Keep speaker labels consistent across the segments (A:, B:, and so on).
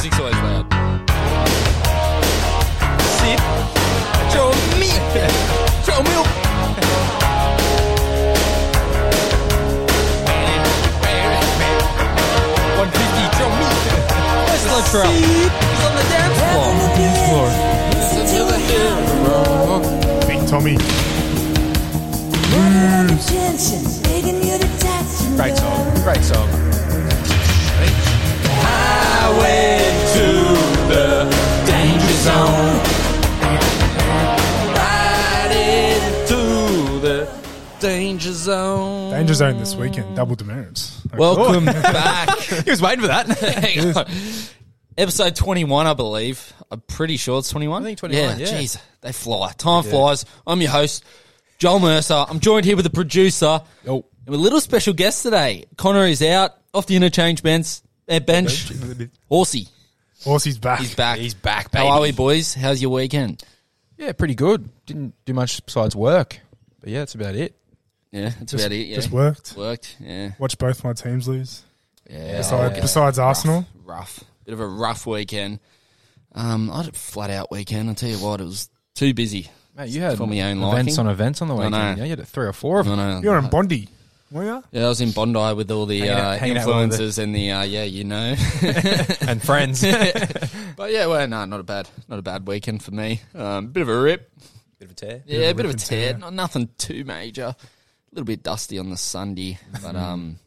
A: Sexuell feiern. Sí. Show me. Show me. One fifty. Show me. Where's Latrell? He's on the dance floor. Dance floor.
B: Big Tommy.
A: Great song. Great song. Danger zone.
B: Danger Zone this weekend. Double demerits. oh. Okay.
A: Welcome back.
C: He was waiting for that.
A: Hang on. Episode 21, I believe. I'm pretty sure it's 21. I
C: think 21, yeah.
A: Jeez, they fly. Time flies. I'm your host, Joel Mercer. I'm joined here with the producer.
B: Oh.
A: And with a little special guest today. Connor is out off the interchange bench. Uh, bench. Horsey,
B: Horsey's Ah, back.
A: he's back.
C: He's back,
A: How are we,
C: baby.
A: boys? How's your weekend?
C: yeah, pretty good. Didn't do much besides work, but yeah, that's about it.
A: Yeah, that's about it. Yeah.
B: Just worked.
A: Worked. Yeah.
B: Watched both my teams lose.
A: Yeah.
B: Besides, besides Arsenal.
A: rough, bit of a rough weekend. Um, I had a flat out weekend. I tell you what, it was too busy.
C: Mate, you had
A: For my own
C: events
A: liking.
C: on events on the weekend.
A: know.
C: Yeah, you had three or four of
A: I
C: them.
A: know.
B: You're in Bondi. Were you?
A: yeah, I was in Bondi with all the
C: Hanging out-
A: uh,
C: hanging out with all the-
A: influencers and the uh, yeah, you know.
C: and friends. Bit
A: but yeah, well, no, not a bad, not a bad weekend for me. Um, bit of a rip.
C: of a tear.
A: Yeah, a bit of a
B: rip and
A: tear.
B: tear.
A: Not nothing too major. A little bit dusty on the Sunday,
C: Mm-hmm.
A: but um,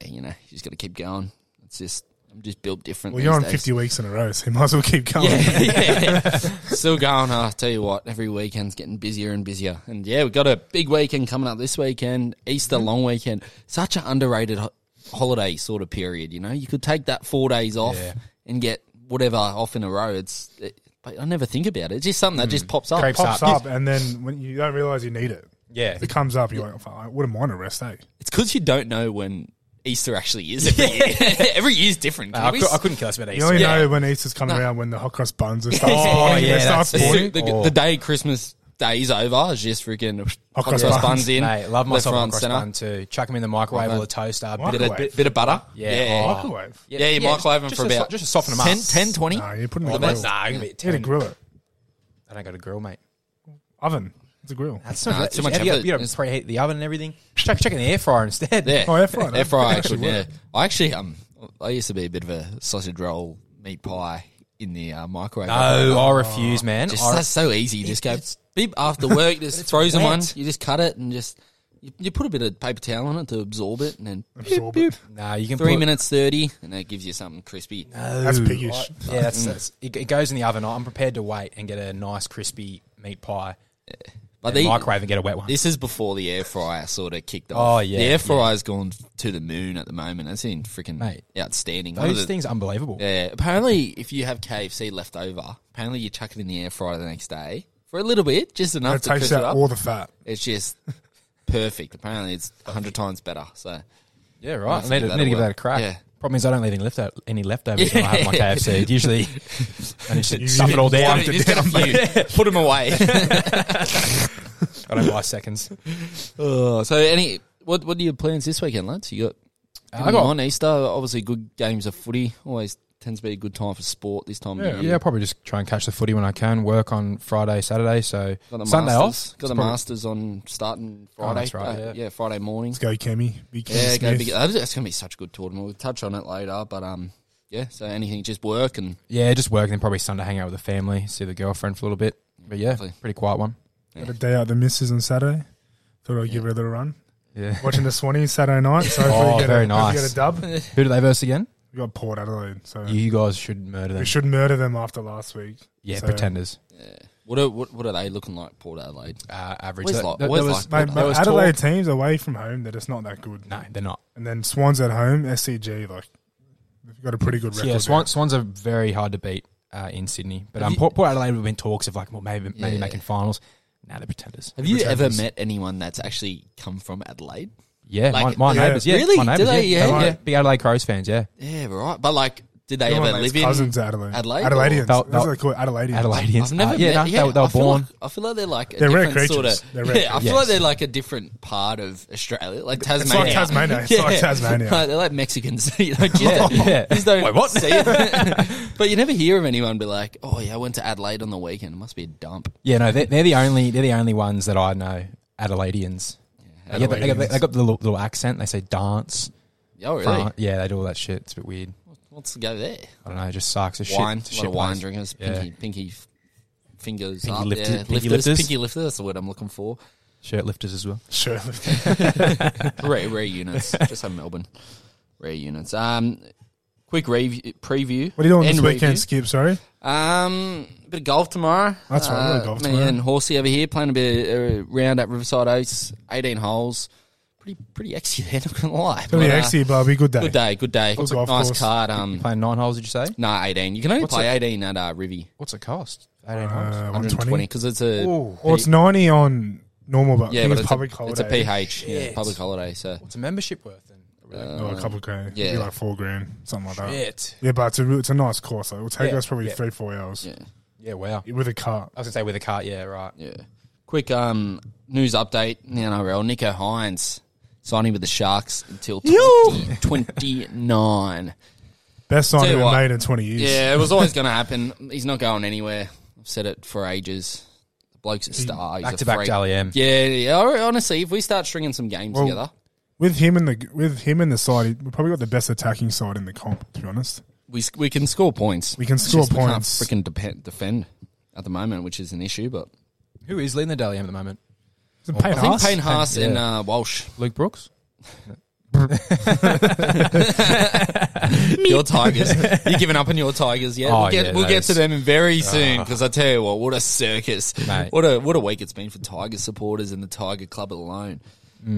A: yeah, you know, you just got to keep going. It's just I'm just built different.
B: Well,
A: these
B: you're on
A: days.
B: 50 weeks in a row, so you might as well keep going.
A: Yeah, yeah. Still going. I tell you what, every weekend's getting busier and busier. And yeah, we've got a big weekend coming up this weekend, Easter
C: Mm-hmm.
A: long weekend. Such an underrated ho- holiday sort of period, you know? You could take that four days off
C: Yeah.
A: and get whatever off in a row. It's, it, but I never think about it. It's just something
C: Mm.
A: that just pops up.
C: Creeps
B: Pops
C: up.
B: up, and then when you don't realize you need it,
C: Yeah.
B: it comes up. You're like, "Fuck, I wouldn't mind a rest, eh?
A: It's because you don't know when Easter actually is every year. every year's different. Can
C: I,
A: we
C: cou-
A: s-
C: I couldn't care less about
B: You
C: Easter.
B: only
A: Yeah.
B: know when Easter's coming around when the hot cross buns and stuff.
A: Oh,
B: oh,
C: yeah,
B: yeah, starts
C: that's it.
B: boiling.
A: the, the,
C: Oh.
A: the day Christmas day's over is just freaking hot
B: cross
A: cross
B: buns.
A: buns, in.
C: Mate,
A: left,
C: love myself
A: right,
C: on
A: and
C: cross
A: centre.
C: bun too. Chuck them in the microwave or the toaster.
B: What?
C: Bit
A: Bit
C: of,
A: of, bit, bit of butter.
C: Yeah.
A: Yeah.
C: Oh.
B: Microwave.
A: Yeah, you microwave them
C: just
A: for
C: to so-
A: about
C: just to soften 'em up.
A: 10, 10, 20.
B: No, you put it in
A: All
B: the
A: the
B: grill.
A: best.
B: You
C: Nah, I'm gonna be
B: had to
C: ten.
B: grill it.
C: I don't got a grill, mate.
B: Oven. It's a grill.
C: That's
A: Nah, it's too much
C: You got
A: effort.
C: to
A: It's-
C: preheat the oven and everything. Chuck, chuck in the air fryer instead.
A: Yeah.
B: Oh, air fryer,
A: Air
B: that-
A: fryer,
B: that
A: actually,
B: actually
A: yeah.
B: worked.
A: I actually, um, I used to be a bit of a sausage roll, meat pie in the uh, microwave.
C: No, Oh, I refuse, man.
A: Just,
C: I,
A: that's so easy. Just go beep after work, just frozen
C: wet.
A: one. You just cut it and just, you, you put a bit of paper towel on it to absorb it and then
B: Absorb it.
C: nah, you can
A: three
C: put, Oh,
A: minutes 30 and that gives you something crispy.
B: That's piggish.
C: I- yeah,
A: Mm.
C: that's, that's, it, it goes in the oven. I'm prepared to wait and get a nice crispy meat pie.
A: But
C: The,
A: they,
C: microwave and get a wet one.
A: This is before the air fryer sort of kicked
C: Oh,
A: off.
C: yeah,
A: the
C: yeah.
A: air fryer's gone to the moon at the moment. That's in freaking
C: Mate,
A: outstanding. One of
C: Those
A: the-
C: things are unbelievable.
A: Yeah. Apparently, if you have KFC left over, apparently you chuck it in the air fryer the next day for a little bit, just enough
B: It
A: to crisp
B: takes
A: it
B: out
A: up.
B: all the fat.
A: it's just perfect. Apparently, it's hundred times better. So
C: Yeah, right. I
A: Nice
C: need,
A: to give
C: to,
A: that
C: need
A: a
C: to give
A: whirl.
C: that a crack.
A: Yeah.
C: Problem is, I don't leave any, left out, any leftovers when I have my KFC. It Usually, I just stuff it all down.
A: Put it- just get a few. Put them away.
C: I don't buy seconds.
A: Oh, so any what what are your plans this weekend, lads? You got
C: I
A: anything
C: got-
A: on Easter. Obviously, good games of footy always tends to be a good time for sport this time. of
B: Yeah.
A: year.
C: Yeah, I'll probably just try and catch the footy when I can. Work on Friday, Saturday, so
A: Got the
C: Sunday
A: masters.
C: off.
A: Got
C: It's
A: the
C: probably-
A: masters on starting
C: Oh,
A: Friday.
C: that's right,
A: uh,
C: yeah.
A: yeah. Friday morning.
B: Let's go, Kemi. Big Kemi
A: Yeah, go
B: Smith.
A: big. That's that's gonna be such a good tournament. We'll touch on it later, but um, yeah. So anything, just work and
C: Yeah, just work and then probably Sunday hang out with the family, see the girlfriend for a little bit. But yeah,
A: Lovely.
C: pretty quiet one.
B: Got a day out the missus on Saturday. Thought I'd give her a little run.
C: Yeah.
B: Watching the Swannies Saturday night. So hopefully
C: Oh,
B: we get
C: very
B: a, hopefully
C: nice.
B: get a dub.
C: Who do they verse again?
B: We got Port Adelaide, so
C: You guys should murder them.
B: we should murder them after last week.
C: Yeah,
B: so,
C: pretenders.
A: what are what, what are they looking like, Port Adelaide?
C: Uh, average.
A: Where's
C: That-
A: Lo-
C: that-
A: where's
C: that
A: Lo-
C: was-
B: Mate,
C: that
B: but
C: was
B: Adelaide
C: talk-
B: teams away from home, they're just not that good.
C: No, they're not.
B: And then Swans at home, SC G, like they've got a pretty good record.
C: yeah,
B: there.
C: Swan, Swans are very hard to beat uh, in Sydney. But um,
A: you-
C: Port, Port Adelaide have been talks of like, well, maybe maybe
A: Yeah.
C: making finals. Now they're pretenders.
A: Have you ever
B: Pretenders.
A: met anyone that's actually come from Adelaide?
C: Yeah,
A: Like-
C: my, my
B: Yeah.
C: neighbours. Yeah,
A: Really?
C: my
A: Do
C: neighbours.
A: they?
C: yeah,
A: Yeah,
C: They're
B: yeah.
C: big Adelaide Crows fans. Yeah,
A: Yeah, right. But like, Did they
B: Your one
A: ever
B: mate's
A: live in
B: cousin's Adelaide.
A: Adelaide or-
B: Adelaideans.
C: They'll-
B: That's what
C: they'll-
B: they call it. Adelaideans.
C: Adelaideans.
A: I've never.
C: Uh,
A: yeah,
C: yeah,
A: yeah,
C: no, they, they
A: I
C: were
A: feel
C: born.
A: like- I feel like they're like a
B: They're rare
A: different sort
B: creatures.
A: of.
B: They're rare
A: yeah, I feel
C: creatures.
A: like they're like a different part of Australia, like
B: like
A: Tasmania.
B: Tasmania. It's like Tasmania.
A: Like, they're like Mexicans. you know, kids don't-
C: Yeah.
A: kids don't
C: Wait, what?
A: see it. but you never hear of anyone be like, "Oh yeah, I went to Adelaide on the weekend. It must be a dump."
C: yeah, no, they're, they're the only they're the only ones that I know. Adelaideans. Yeah, they, they, got, they
B: Adelaideans.
C: got the little, little accent. They say dance.
A: Oh really?
C: Fran- yeah, they do all that shit. It's a bit weird.
A: What's the go there?
C: I don't know. It just sucks. It's
A: Wine,
C: shit. It's
A: a
C: shit
A: lot of wine
C: place.
A: drinkers,
C: Yeah.
A: pinky, pinky f- fingers,
C: Pinky
A: up,
C: lifted-
A: yeah,
C: pinky
A: lifters,
C: lifters.
A: pinky lifters. That's the word I'm looking for.
C: Shirt lifters as well.
B: Sure.
A: rare, rare units. Just have Melbourne. Rare units. Um, quick review, preview.
B: What are you doing this
A: and
B: weekend,
A: review.
B: Skip? Sorry.
A: Um, bit of golf tomorrow. Uh,
B: That's right, a bit of golf
A: me
B: tomorrow.
A: and Horsey over here playing a bit of uh, round at Riverside Oaks, eighteen holes. Pretty, pretty exy there. Not gonna lie.
B: Gonna be
A: But, uh,
B: XC, Barbie. Good day.
A: Good day, good day.
B: What's a
A: nice
B: golf course?
A: card. Um,
C: Playing nine holes, did you say?
A: nah, eighteen. You can only
C: What's
A: play eighteen at uh, Rivy.
C: What's it cost? 18 holes.
B: Uh,
A: 120
B: 120.
A: because it's a
C: Ooh.
B: Well, Oh, it's 90 on normal, but
A: yeah, but
B: it's
A: it's
B: public
A: a,
B: holiday.
A: it's a PH, yeah,
C: Shit.
A: public holiday. So
C: What's a membership worth then?
B: Oh, a couple of grand.
A: yeah.
B: Yeah. like four grand, something like
A: uh,
B: that.
C: Shit.
B: Yeah, but it's a, real- it's a nice course. Like, it'll take
C: Yeah,
B: us probably
C: yeah.
B: three, four hours
A: yeah,
C: Yeah, wow.
B: with a cart.
C: I was gonna say with a cart, yeah, right.
A: yeah. Quick um, news update in the NRL. Nico Hines signing with the Sharks until 2029.
B: Best
A: Tell you
B: signing
A: what.
B: I've made in 20 years.
A: yeah, it was always going to happen. He's not going anywhere. I've said it for ages. The bloke's a star. He's
C: Back
A: a
C: to back
A: freak.
C: Dally M.
A: Yeah, yeah. Honestly, if we start stringing some games
B: Well,
A: together,
B: With him and the with him and the side, we probably got the best attacking side in the comp. To be honest,
A: we s- we can score points.
B: we can
A: It's
B: score
A: just
B: points.
A: We can't freaking depend, defend at the moment, which is an issue. But
C: Who is leading the Dally M at the moment?
B: Is it Payne
A: I think
B: Haas?
A: Payne Haas
C: Yeah.
A: and uh, Walsh.
C: Luke Brooks.
A: your Tigers. You're giving up on your Tigers yet?
C: Oh,
A: we'll get,
C: yeah,
A: we'll
C: that
A: get to
C: is-
A: them very soon because I tell you what, what a circus.
C: Mate.
A: What a what a week it's been for Tiger supporters and the Tiger Club alone.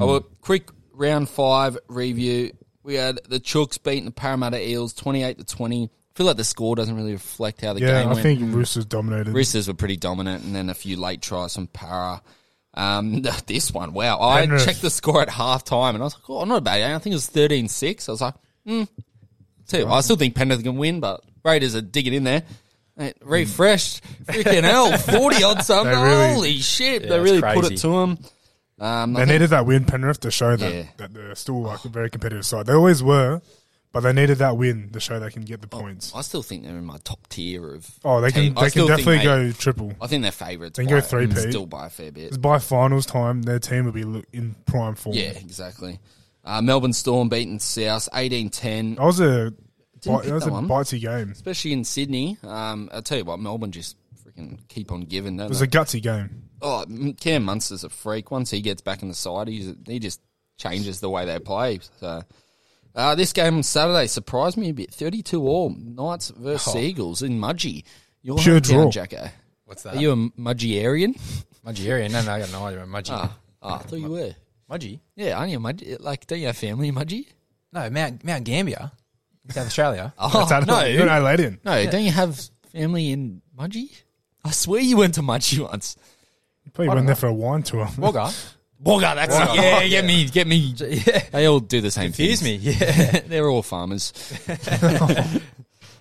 A: Oh, well, quick round five review. We had the Chooks beating the Parramatta Eels 28 to 20. I feel like the score doesn't really reflect how the game
B: Yeah,
A: went.
B: I think Roosters dominated.
A: Roosters were pretty dominant, and then a few late tries from Para. Um, this one, wow. I
B: Penrith.
A: checked the score at half time and I was like, oh, not a bad game. I think it was 13 6. I was like, hmm. Tell you what, I still think Penrith can win, but Raiders are digging in there. Mate, refreshed. Freaking hell. 40 odd something.
B: They really-
A: Holy shit. they
C: it's
A: really put
C: crazy.
A: it to them. Um, I
B: They
A: think-
B: needed that win, Penrith, to show that,
A: Yeah.
B: that they're still like a very competitive side. They always were, but they needed that win to show they can get the points.
A: I still think they're in my top tier of.
B: Oh, they can
A: team. Oh, I
B: they can
A: still think
B: definitely
A: they-
B: go triple.
A: I think they're favourites.
B: They can
A: by-
B: go three-peat.
A: Still by a fair bit.
B: 'Cause By finals time, their team will be lo- in prime form.
A: Yeah, exactly. Uh, Melbourne Storm beating South 18 10.
B: That was a bite,
A: pick
B: that was
A: that
B: a
A: one.
B: bitey game. It
A: especially in Sydney. Um, I'll tell you what, Melbourne just freaking keep on giving. Don't
B: was
A: they?
B: a gutsy game.
A: oh, M- Cam Munster's a freak. Once he gets back in the side, he's, he just changes the way they play. So. Uh, this game on Saturday surprised me a bit. 32 all. Knights versus Eagles in Mudgee. Your
B: Oh. Pure
A: hometown,
B: draw.
A: Jacko.
C: What's
A: Are you a Mudgeearian?
C: Mudgy area. No, no, I got no idea. Mudgy.
A: Ah, ah, I thought you were.
C: Mudgy?
A: Yeah, aren't you a Mudgee? Like, don't you have family in Mudgee?
C: No, Mount Mount Gambier. South Australia.
A: Oh,
B: Saturday. You're an
A: no.
B: Adelaidean.
A: No, don't you have family in Mudgee? I swear you went to Mudgee once.
B: You probably went there for a wine tour.
C: Wagga.
A: Wagga, that's it. Yeah, get me, get me. They all do the same
C: Confuse me.
A: things.
C: Yeah.
A: They're all farmers.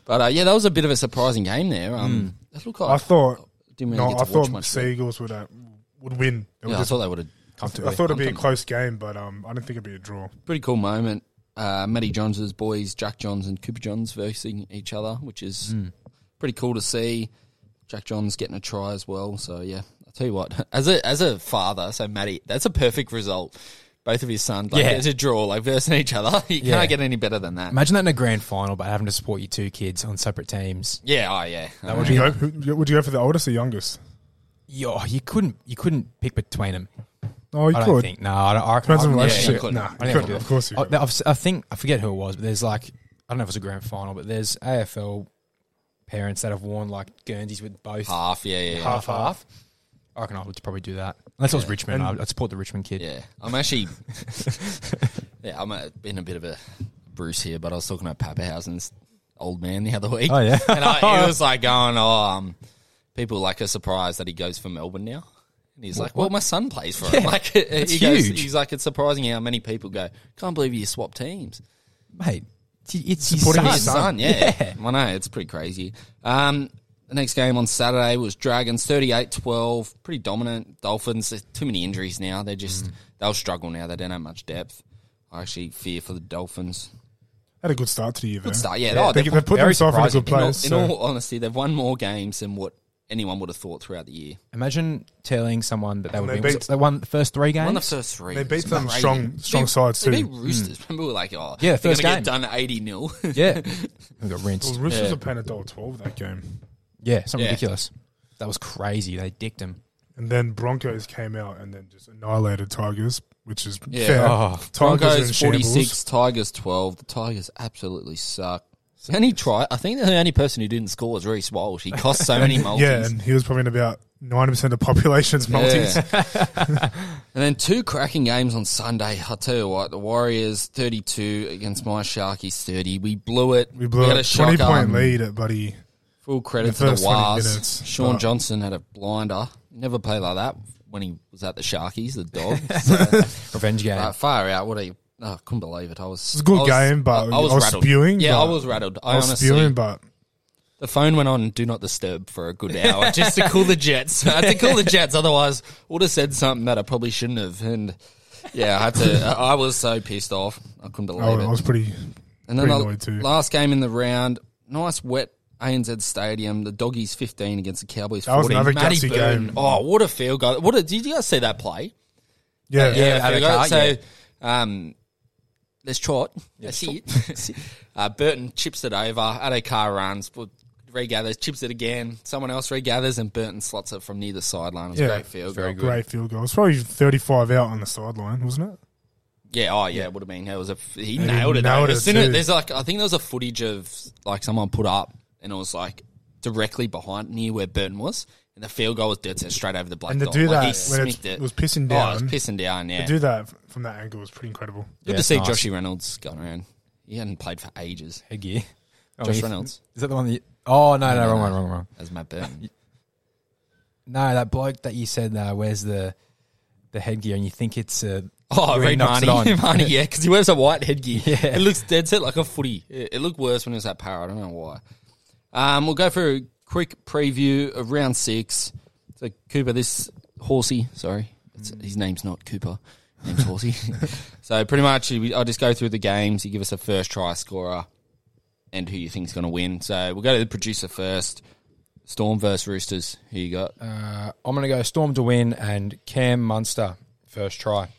A: but uh, yeah, that was a bit of a surprising game there. Um, it looked like
B: I thought
A: didn't really
B: no,
A: get
B: I
A: to watch
B: thought
A: much.
B: Seagulls would uh, would win. They
A: yeah,
B: were
A: I
B: just-
A: thought they would have.
B: I thought it'd be a close game, but um, I didn't think it'd be a draw.
A: Pretty cool moment. Uh, Matty Johns' boys, Jack Johns and Cooper Johns, versing each other, which is
C: Hmm.
A: pretty cool to see. Jack Johns getting a try as well. So yeah, I tell you what, as a as a father, so Matty, that's a perfect result. Both of his sons, like,
C: Yeah.
A: it's a draw, like versing each other. You
C: Yeah.
A: can't get any better than that.
C: Imagine that in a grand final, but having to support your two kids on separate teams.
A: Yeah, oh yeah.
C: That
B: Would you go? Who, would you go for the oldest or youngest?
C: Yo, you couldn't. You couldn't pick between them.
B: Oh, you
C: I don't
B: could.
C: think. No, I don't. I,
B: Depends on
C: I-
B: the
C: yeah,
B: relationship.
A: you couldn't.
B: nah,
C: I
B: you
C: never
B: couldn't.
C: did.
B: Of course you.
A: Oh,
C: I,
B: could.
C: I've, I think I forget who it was, but there's like I don't know if it was a grand final, but there's AFL parents that have worn like Guernseys with both
A: half, yeah, yeah, yeah.
C: half half. I reckon I would probably do that unless it was Richmond. I'd, I'd support the Richmond kid.
A: Yeah, I'm actually, yeah, I'm a, been a bit of a Bruce here, but I was talking about Pappenhausen's old man the other week.
C: Oh, yeah?
A: and I, he was like going, "Oh, um, people like are surprised that he goes for Melbourne now." And he's like, "Well, my son plays for him." Like, he goes,
C: huge.
A: he's like, "It's surprising how many people go, can't believe you swapped teams."
C: Mate, It's
B: Supporting
A: His
B: his son.
A: son, yeah. I know, it's pretty crazy. Um, the next game on Saturday was Dragons 38 12, pretty dominant. Dolphins, there's too many injuries now. They're just,
B: Mm.
A: they'll struggle now. They don't have much depth. I actually fear for the Dolphins.
B: Had a good start to the year, though.
A: Good start, yeah.
B: They,
A: they've
B: they put
C: very
B: themselves in a
C: surprising.
B: good place.
A: In
B: so-
A: all honesty, they've won more games than what anyone would have thought throughout the year.
C: Imagine telling someone that they would
B: they
C: be.
B: beat-
C: was it- They won the first three games.
A: Won the first three.
B: They beat
A: It's
B: some
A: crazy.
B: strong- strong
A: They-
B: sides
A: They
B: too. Mm.
A: beat Roosters. Remember, we were like, oh,
C: Yeah,
A: they're
C: first
A: gonna
C: game.
A: get done eighty 0
C: yeah, we got rinsed.
B: Well, Roosters
A: Yeah.
B: were paying a dollar twelve that game,
C: Yeah, something
A: Yeah.
C: ridiculous. That was crazy. They dicked him.
B: and then Broncos came out and then just annihilated Tigers, which is
A: Yeah.
B: fair.
C: Oh.
B: Tigers are in
A: Broncos forty
B: shambles.
A: six, Tigers twelve. The Tigers absolutely suck. The only try, I think the only person who didn't score was Reese Walsh. He cost so many multis.
B: Yeah, and he was probably in about ninety percent of the population's multis.
A: Yeah. and then two cracking games on Sunday. I tell you what, the Warriors thirty two against my Sharkies thirty. We blew it.
B: We blew
A: had
B: a
A: a
B: twenty
A: shocker. um,
B: point lead at Buddy.
A: Full credit to
B: The
A: the
B: first 20
A: Wars.
B: minutes,
A: Sean
B: but-
A: Johnson had a blinder. Never played like that when he was at the Sharkies, the dog. So,
C: Revenge game.
A: uh, far out. What are you? Oh, I couldn't believe it. I was. It
B: was a good game, but I was spewing,
A: Yeah,
B: but
A: I was rattled. I,
B: I was
A: honestly,
B: spewing, but
A: the phone went on do not disturb for a good hour just to cool the jets. I had to cool the jets, otherwise would have said something that I probably shouldn't have. And yeah, I had to. I I was so pissed off. I couldn't believe
B: I,
A: it.
B: I was pretty.
A: And then
B: Pretty
A: the
B: annoyed too.
A: last game in the round, nice wet ANZ Stadium. The doggies fifteen against the Cowboys.
B: That was
A: 14.
B: another
A: Matty
B: gutsy
A: Byrne.
B: game.
A: Oh, what a field goal! What a, did you guys see that play?
B: Yeah,
C: Yeah.
A: field
C: Adekar,
A: goal.
C: yeah.
A: So, um, there's Trot. That's it. uh, Burton chips it over. Adekar runs, but regathers, chips it again. Someone else regathers, and Burton slots it from near the sideline. It's a
B: Yeah,
A: great field goal.
B: great field goal. It's probably thirty-five out on the sideline, wasn't it?
A: Yeah, oh yeah, it would have been. It was a he nailed it.
B: nailed
A: though.
B: it
A: as soon as
B: too.
A: there's like, I think there was a footage of like someone put up, and it was like directly behind near where Burton was, and the field goal was dead set straight over the black
B: And to
A: dot.
B: do
A: like,
B: that
A: he
B: when
A: smicked
B: it's-
A: it.
B: it was pissing
A: Oh, it
B: down.
A: was pissing down. Yeah,
B: To do that f- from that angle was pretty incredible.
A: good
C: Yeah,
A: to
C: it's
A: see
C: nice.
A: Joshy Reynolds going around. He hadn't played for ages.
C: Heggie. Oh,
A: Josh
C: you-
A: Reynolds.
C: Is that the one that? You, oh no, no,
A: no,
C: wrong
A: no.
C: one, wrong wrong.
A: As Matt Burton,
C: No, that bloke that you said uh, wears the the headgear, and you think it's uh,
A: oh,
C: when he
A: Reed
C: knocks
A: Marnie,
C: it on.
A: Marnie, yeah, because he wears a white headgear.
C: Yeah.
A: it looks dead set like a footy. It, it looked worse when it was at Power. I don't know why. Um, we'll go for a quick preview of round six. So Cooper, this horsey, sorry, it's, his name's not Cooper. His name's horsey. so pretty much, we- I'll just go through the games. You give us a first try scorer and who you think's going to win. So we'll go to the producer first. Storm versus Roosters. Who you got?
C: uh, I'm going to go Storm to win and Cam Munster first try.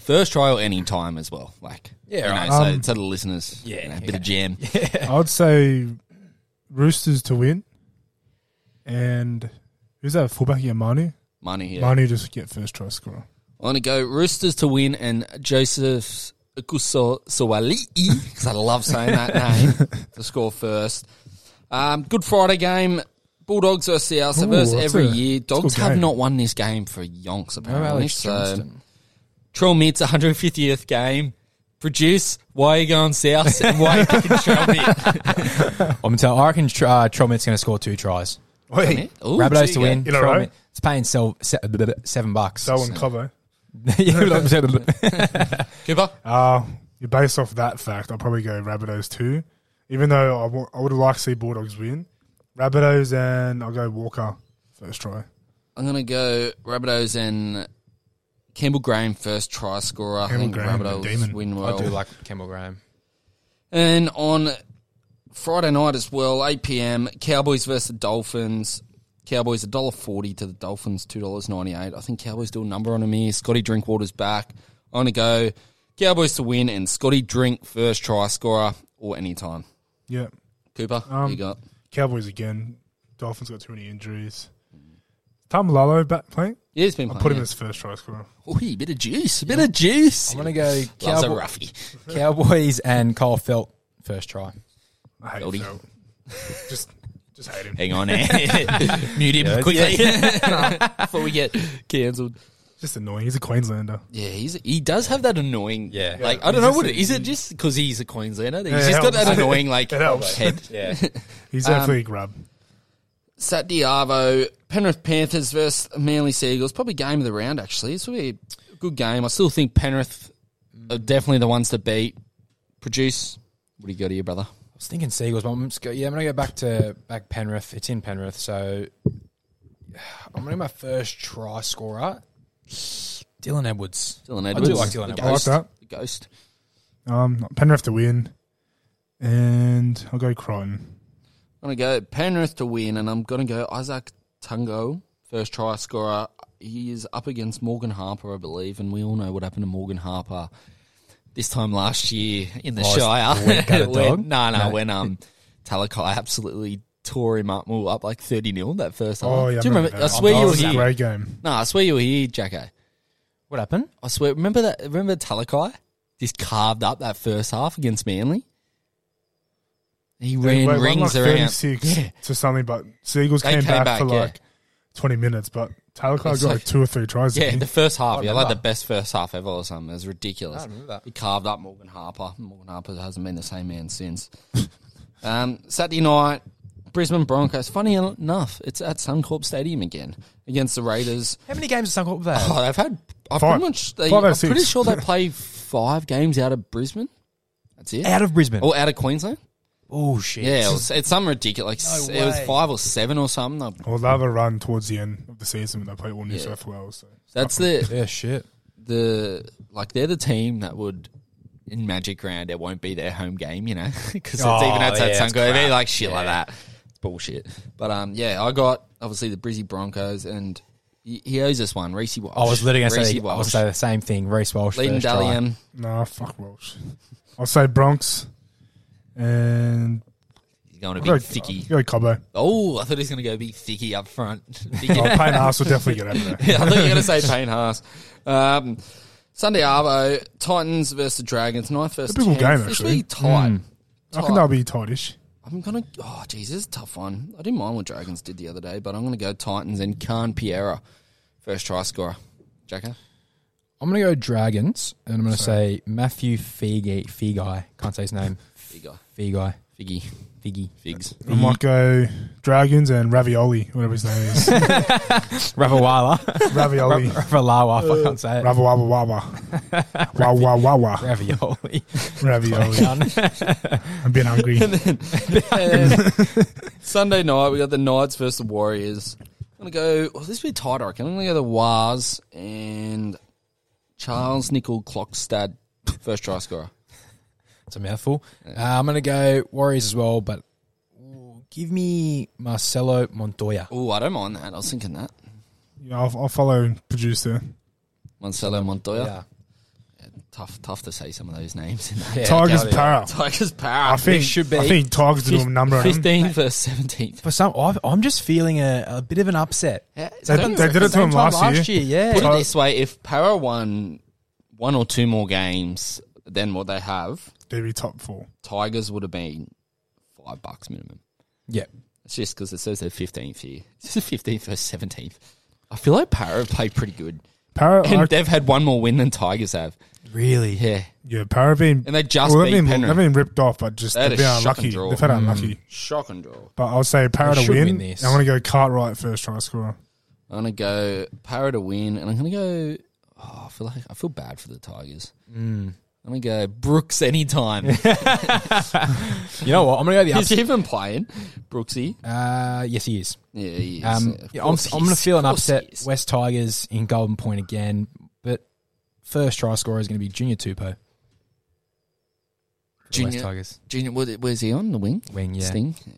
A: First try or any time as well. Like
C: Yeah,
A: you
C: right.
A: know, so,
B: Um,
A: so the listeners, yeah, you know, a bit of jam.
B: I would say Roosters to win, and who's that fullback here? Manu.
A: Money here.
B: Manu just get first try scorer.
A: I'm gonna go Roosters to win and Joseph Sawali because I love saying that name to score first. Um, Good Friday game. Bulldogs versus the South
B: Ooh,
A: versus
B: that's
A: every
B: a-
A: year.
B: that's a
A: Dogs
B: good
A: have
B: game.
A: not won this game for yonks
C: No,
A: apparently.
C: Alex
A: so
C: Johnston.
A: Trill Mid's 150th game. Produce why are you going south and why are you picking Trill Mid?
C: I'm telling. I reckon uh, Tromit's going to score two tries.
B: Wait,
A: Ooh,
C: Rabbitohs
A: there
C: to
A: you go.
C: win.
B: In a row?
C: Tromit- It's paying sel- se- b- b- seven bucks.
B: Darwin cover.
C: Yeah, but I'm saying-
A: Cooper.
B: Uh, you based off that fact, I'll probably go Rabbitohs too. Even though I would have liked to see Bulldogs win. Rabbitohs and I'll go Walker first try.
A: I'm gonna go Rabbitohs and Campbell Graham first try scorer. I
B: Campbell
A: think
B: Graham, the
A: Rabbitohs
B: demon.
A: win
C: I
A: well.
C: do like Campbell Graham.
A: And on Friday night as well, 8 p.m. Cowboys versus the Dolphins. Cowboys $1.40 to the Dolphins $2.98. I think Cowboys do a number on him here. Scotty Drinkwater's back. I'm going to go Cowboys to win and Scotty Drink first try scorer or any time.
B: Yeah.
A: Cooper, who
B: Um,
A: you got?
B: Cowboys again. Dolphins got too many injuries. Tom Lalo back playing?
A: Yeah, he's been
B: I'll
A: playing.
B: put him
A: Oh, yeah.
B: as first try scorer.
A: Oi, bit of juice, bit of juice.
C: I'm going to go
A: Loves a
C: Cowboy-
A: roughie.
C: Cowboys and Kyle Felt first try.
B: I hate
A: Goldie.
B: Felt. Just just hate him.
A: Hang on, eh? mute him quickly before we get cancelled.
B: Just annoying. He's a Queenslander.
A: Yeah, he's he does have that annoying.
C: Yeah.
A: like
B: Yeah.
A: I don't
B: He's
A: know
B: just
A: what
B: a-
A: it is. It just because he's a Queenslander, he's
B: Yeah, it
A: just got
B: helps.
A: that annoying like
B: It helps.
A: head.
C: Yeah.
B: He's
A: Um,
B: definitely a grub.
A: Sat Diavo, Penrith Panthers versus Manly Seagulls. Probably game of the round actually. This will be a good game. I still think Penrith are definitely the ones to beat. Produce What do you got here, brother?
C: I was thinking Seagulls, but I'm just go, yeah, I'm gonna go back to back Penrith. It's in Penrith, so I'm gonna go my first try scorer, Dylan Edwards.
A: Dylan
C: do
A: Edwards.
C: like Dylan
A: The
C: Edwards.
B: I like
A: Ghost.
B: that.
A: The ghost.
B: Um, Penrith to win, and I'll go Crichton.
A: I'm going to go Penrith to win, and I'm going to go Isaac Tungo, first try scorer. He is up against Morgan Harper, I believe, and we all know what happened to Morgan Harper this time last year in the
C: Oh, is the
A: Shire.
C: wet gutter
A: when,
C: dog?
A: no, no,
C: No.
A: when um, Talakai absolutely tore him up, we were up like 30 0 that first time.
B: Oh yeah,
A: Do you remember?
B: that.
A: I swear
B: That
A: you were
B: was a
A: here.
B: Great game.
A: No, I swear you were here, Jacko.
C: What happened?
A: I swear, remember that? Remember Talakai just carved up that first half against Manly. He ran
B: They went
A: rings
B: like
A: around.
B: 36
A: Yeah.
B: to something, but Seagulls
A: They
B: came,
A: came
B: back,
A: back,
B: for
A: yeah.
B: like 20 minutes, but Talakai got
A: It's
B: like,
A: like-
B: two or three tries.
A: Yeah,
B: didn't
A: the first half.
C: I
A: Yeah, like the
C: remember.
A: best first half ever or something. It was ridiculous.
C: I remember that.
A: He carved up Morgan Harper. Morgan Harper hasn't been the same man since. um, Saturday night, Brisbane Broncos. Funny enough, it's at Suncorp Stadium again against the Raiders.
C: How many games has Suncorp with that?
A: Oh, they've had. I've
B: Five.
A: pretty much. They,
B: Five out of
A: I'm pretty
B: six.
A: sure they play five games out of Brisbane. That's it.
C: Out of Brisbane. Oh,
A: Or out of Queensland.
C: shit.
A: Yeah, it was, it's some ridiculous.
C: No
A: it was
C: way.
A: five or seven or something. I-
B: Well, they'll have a run towards the end of the season when they play all New
A: Yeah.
B: South Wales. So.
A: That's the
C: Yeah, shit.
A: the like they're the team that would in Magic Round it won't be their home game, you know, because it's
C: Oh,
A: even outside yeah,
C: yeah, it's
A: Suncorp. It'd be
C: crap.
A: like shit like that. It's bullshit. But um, yeah, I got obviously the Brizzy Broncos and he, he owes us one. Reese Walsh.
C: I was literally gonna say,
A: Reece
C: I was
A: Walsh.
C: gonna say the same thing. Reese Walsh,
A: Leighton
C: first try.
A: Dalian.
B: Nah, fuck Welsh. I'll say Bronx and
A: He's going to be
B: go,
A: thicky.
B: go Cobbo.
A: Oh, I thought he was going to go be thicky up front. Thicky.
B: Oh, Payne Haas will definitely get over there.
A: Yeah, I thought you were going to say Payne Haas. Um, Sunday Arvo, Titans versus the Dragons, ninth versus
B: Typical
A: tenth.
B: game,
A: It's
B: actually.
A: really tight.
C: Hmm.
B: I reckon they'll be tightish.
A: I'm going to, oh, jeez, this is a tough one. I didn't mind what Dragons did the other day, but I'm going to go Titans and Khan Piera, first try scorer. Jacko?
C: I'm gonna go Dragons, and I'm gonna say Matthew Figi. Figi. Can't say his name.
A: Big guy.
C: Figi.
A: Figgy.
C: Figgy.
A: Figs.
B: I might go Dragons and Ravioli, whatever his name is.
C: Ravawala.
B: Ravioli.
C: Ravalawa. I can't say it.
B: Raviwawa. Wa wa wa wa.
C: Ravioli.
B: Ravioli. I'm being hungry.
A: Sunday night, we got the Knights versus the Warriors. I'm going to go, oh, this will be tight, I reckon. I'm going to go the Wars and Charles Nickel Clockstad, first try scorer.
C: It's a mouthful. Uh, I'm going to go Warriors as well, but ooh, give me Marcelo Montoya.
A: Oh, I don't mind that. I was thinking that.
B: Yeah, I'll, I'll follow producer.
A: Marcelo Montoya.
C: Yeah.
A: Tough, tough to say some of those names. In that.
C: Yeah,
B: Tigers
C: Gallagher.
B: para.
A: Tigers
B: I
A: power.
B: think
C: should be
B: I think Tigers do a number on them.
A: 15th versus 17th.
C: For some, I've, I'm just feeling a, a bit of an upset.
A: Yeah, it's
B: They,
A: don't-
B: they did it to
C: Same
B: him
C: time
B: last year.
C: yeah.
A: Put it this way: if Para won one or two more games than what they have,
B: They'd be top four.
A: Tigers would have been five bucks minimum.
C: yeah.
A: It's just because it says they're 15th here. This is 15th versus 17th. I feel like Para have played pretty good,
B: Para,
A: and
B: I,
A: they've had one more win than Tigers have.
C: Really?
A: Yeah,
B: yeah, Para have been
A: and they just
B: well,
A: beat
B: they've been,
A: Penrith.
B: they've been ripped off, but just
A: They had
B: they've
A: a
B: been
A: shock and
B: unlucky.
A: draw.
B: They've had unlucky.
A: Shock and draw.
B: But I'll say Para
C: They
B: to
C: should
B: win.
C: win this.
B: I'm going to go Cartwright first try scorer.
A: I'm gonna go Para to win, and I'm gonna go. Oh, I feel like I feel bad for the Tigers.
B: Mm.
A: I'm gonna go Brooks anytime.
C: You know what? I'm going to go the
A: Is
C: upset.
A: he even playing, Brooksy?
C: Uh, yes, he is.
A: Yeah, he is. uh,
C: Um,
A: Yeah, of
C: yeah, I'm,
A: course he
C: I'm going to
A: is.
C: feel
A: Of
C: an
A: course he
C: upset.
A: is.
C: West Tigers in Golden Point again, but first try scorer is going to be Junior Tupo. For the
A: Junior-
C: West Tigers.
A: Junior, what- where's he on the wing?
C: Wing, yeah.
A: Sting. Yeah,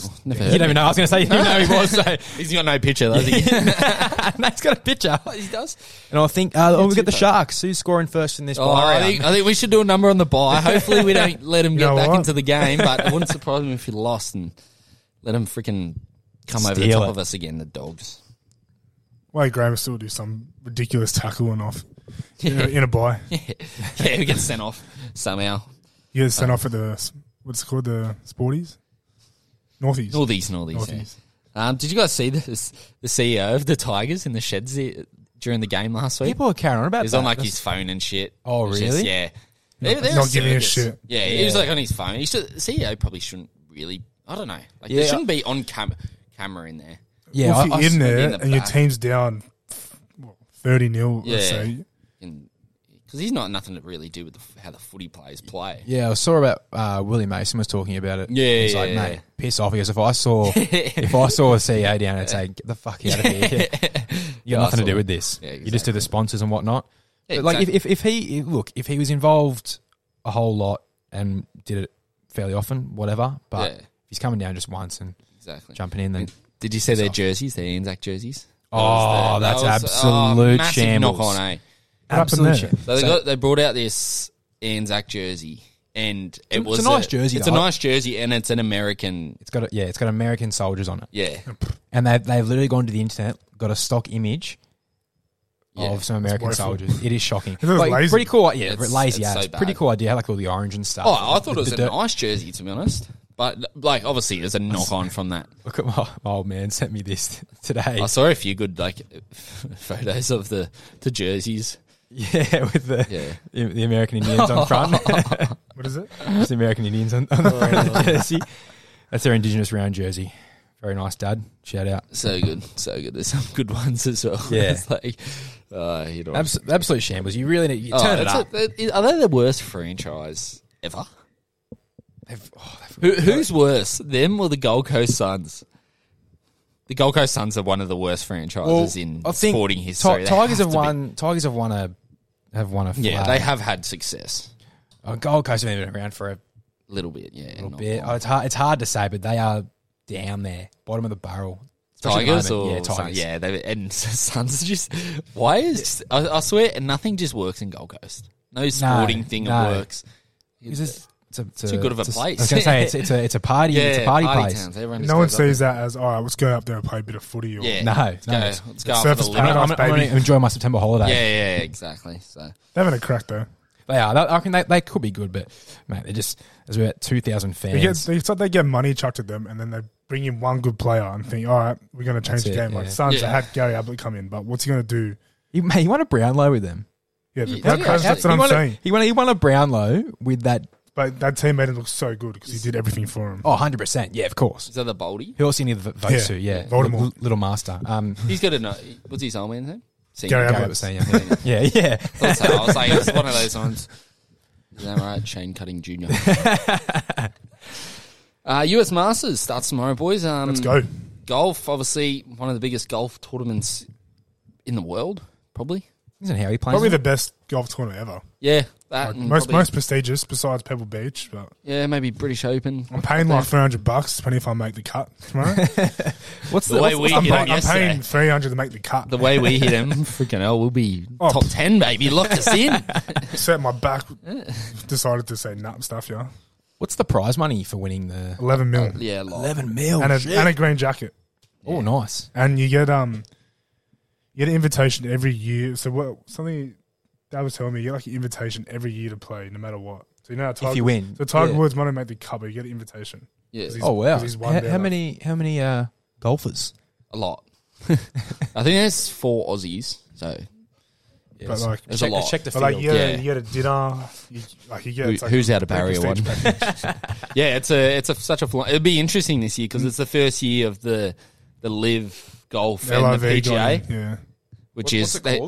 A: cool. Never
C: You
A: heard.
C: don't even know. I was going to say you didn't know he was. So.
A: He's got no picture, does he?
C: no, he's got a picture.
A: he does.
C: And I think, uh, oh, we got the
A: Tupo.
C: Sharks. Who's scoring first in this?
A: Oh,
C: buy
A: I
C: round?
A: think, I think we should do a number on the buy. Hopefully, we don't let him get
B: know
A: back
B: what?
A: into the game. But it wouldn't surprise me if he lost and let him freaking come over the
C: Steal
A: top
C: it.
A: of us again. The dogs.
B: Wade Graham will still do some ridiculous tackle and off in, a, in a bye.
A: yeah, we get sent off somehow.
B: You get sent off at the what's it called the Sporties, Northies.
A: Northies, northies. Yeah.
B: Northies.
A: Um, did you guys see this? The CEO of the Tigers in the sheds the- during the game last week.
C: People are carrying on about
A: He's
C: that.
A: on like
C: That's-
A: his phone and shit.
C: Oh,
A: It's just-
C: really?
A: yeah. They- they're
B: not giving a
A: circus.
B: shit.
A: Yeah, he was
C: Yeah.
A: like on his phone. He should, CEO probably shouldn't really. I don't know. Like
C: Yeah.
A: they shouldn't be on cam- camera in there.
C: yeah,
B: if
C: I,
B: you're
C: I,
B: in
A: in
B: there
A: the
B: and your
A: back.
B: team's down thirty 0
A: Yeah.
B: let's say
A: And because he's not nothing to really do with the, f- how the footy players play.
C: Yeah, I saw about uh, Willie Mason was talking about it.
A: Yeah,
C: he's
A: yeah,
C: like,
A: yeah,
C: mate,
A: yeah.
C: piss off. Because if I saw if I saw a CEO down and say, get the fuck out of here, you
A: Yeah,
C: got
A: I
C: nothing to
A: saw
C: do
A: that.
C: with this.
A: Yeah,
C: You just do the sponsors and whatnot.
A: Yeah,
C: But, like
A: exactly.
C: if, if if he if- look if he was involved a whole lot and did it fairly often, whatever. But
A: Yeah.
C: if he's coming down just once and
A: Exactly.
C: jumping in, then
A: Did you see their jerseys, their Anzac jerseys? That
C: Oh,
A: was
C: that's
A: that
C: absolute
A: massive
C: shambles.
A: knock on, eh?
B: What happened
C: absolutely.
B: there?
A: So they got they brought out this Anzac jersey, and it
C: It's
A: was
C: a nice jersey,
A: It's
C: though.
A: a nice jersey, and it's an American.
C: It's got a, yeah, it's got American soldiers on it,
A: Yeah,
C: and they they've literally gone to the internet, got a stock image
A: Yeah.
C: of some American
B: woeful.
C: soldiers. It is shocking.
B: It looks
C: Like,
B: lazy.
C: Pretty cool, yeah,
A: It's-
C: lazy
A: it's
C: ass.
A: so bad.
C: pretty cool idea, like all the orange and stuff.
A: Oh, I thought it was
C: The
A: a
C: dirt-
A: nice jersey, to be honest. But like, obviously, it was a knock on from that.
C: Look at my, my old man sent me this today.
A: I saw a few good like photos of the the jerseys.
C: Yeah, with the
A: Yeah.
C: the the American Indians on front,
B: What is it?
C: Just the American Indians on, on the front of the jersey. That's their Indigenous round jersey. Very nice, Dad. Shout out.
A: So good, so good. There's some good ones as well.
C: Yeah.
A: it's like uh, you know,
C: Abs- absolute shambles. You really need you
A: Oh,
C: turn it
A: it's
C: up.
A: a- it- are they the worst franchise ever?
C: oh,
A: Who, who's worse, them or the Gold Coast Suns? The Gold Coast Suns are one of the worst franchises in sporting history.
C: Ti-
A: They
C: Tigers
A: have
C: have
A: to be-
C: won. Tigers have won a have won a flag.
A: Yeah, they have had success.
C: Oh, Gold Coast have been around for a
A: A little bit, yeah.
C: little bit. Oh, it's hard. It's hard to say, but they are down there, bottom of the barrel. Especially at the
A: Tigers or
C: moment. yeah, Tigers.
A: yeah, they, and Suns are just why is I, I swear nothing just works in Gold Coast. No sporting thing
C: no.
A: works.
C: It's, just- it's a, it's
A: Too good of a
C: it's
A: place.
C: I was going to say it's, it's a it's a party. it's a party, place.
A: towns. Everyone just
B: No one
A: goes up there.
B: sees that as, all right, let's go up there and play a bit of footy. Or,
A: Yeah,
C: No,
A: let's
C: no,
A: go,
C: it's-
A: let's go after
B: surface
A: the
B: park.
A: limit.
C: I'm,
B: Enough,
C: I'm, I'm going
B: baby.
C: to enjoy my September holiday.
A: Yeah, yeah, yeah, exactly. So
B: They're having a crack, though.
C: They are. They- I reckon they, they could be good, but mate, they're just there's about two thousand
B: They
C: fans.
B: get, they, it's like they get money chucked at them and then they bring in one good player and think, all right, we're going to change
C: That's
B: the
C: it,
B: game. Like,
C: yeah.
B: Suns, they
A: Yeah.
B: had Gary Ablett come in, but what's he going to do?
C: you, mate, you want a Brownlow with them?
B: Yeah, the
A: Yeah,
B: that-
A: yeah,
B: that's, that's what
C: he
B: I'm
C: won
B: saying.
C: A, he won. He won a Brownlow with that.
B: But that team made him look so good because he did everything for him.
C: Oh, 100 percent. Yeah, of course.
A: is that the Boldy?
C: Who else do you need the v- votes
B: Yeah,
C: to? Yeah,
B: Voldemort.
C: L- little master. Um,
A: He's got a no. What's his old man's name?
B: Gary
A: Senior.
C: Gary was saying. Yeah, yeah. yeah.
A: That's how I was saying it's one of those ones. Is that right? Shane Cutting Jr. uh, US Masters starts tomorrow, boys. Um,
B: Let's go.
A: Golf, obviously, one of the biggest golf tournaments in the world, probably.
C: Isn't how he plays?
B: Probably
C: it?
B: the best golf tournament ever.
A: Yeah, that
B: Like,
A: and
B: most
A: Mm, probably-
B: most prestigious besides Pebble Beach. But
A: Yeah, maybe British Open.
B: I'm paying like 300 bucks, depending if I make the cut tomorrow.
C: what's
A: the way we
B: I'm,
A: hit
B: pay-
A: him
B: I'm
A: yesterday.
B: paying 300 to make the cut.
A: the way we hit him, freaking hell, we'll be
B: Oh,
A: top ten, baby. Locked us in.
B: Set my back. Decided to say nah, stuff, yeah.
C: what's the prize money for winning the
B: 11 mil.
A: Oh, yeah, Oh, like,
C: eleven mil?
B: and, a, and a green jacket.
C: oh, nice.
B: and you get um you get an invitation every year. So what something Dad was telling me, you get like an invitation every year to play, no matter what. So you know how Tiger,
C: you win.
B: so Tiger
C: Yeah.
B: Woods might not make the cover, you get an invitation.
A: yeah,
B: 'Cause he's-
C: Oh wow.
B: 'cause he's won
C: How,
B: there,
C: how
B: like-
C: many? How many uh, golfers?
A: a lot. I think there's four Aussies, so
B: But like,
A: there's
C: check,
A: a lot.
C: check the
B: but
C: field.
B: like you, get,
A: yeah.
B: you get a dinner, you, like you get
A: Who-
B: it's like
A: who's out of barrier
B: stage
A: one?
B: package.
A: Yeah, it's a it's a such a fl- it'd be interesting this year because it's the first year of the the live golf and the
B: LIV
A: PGA,
B: joining, yeah.
A: which
C: What-
A: is they-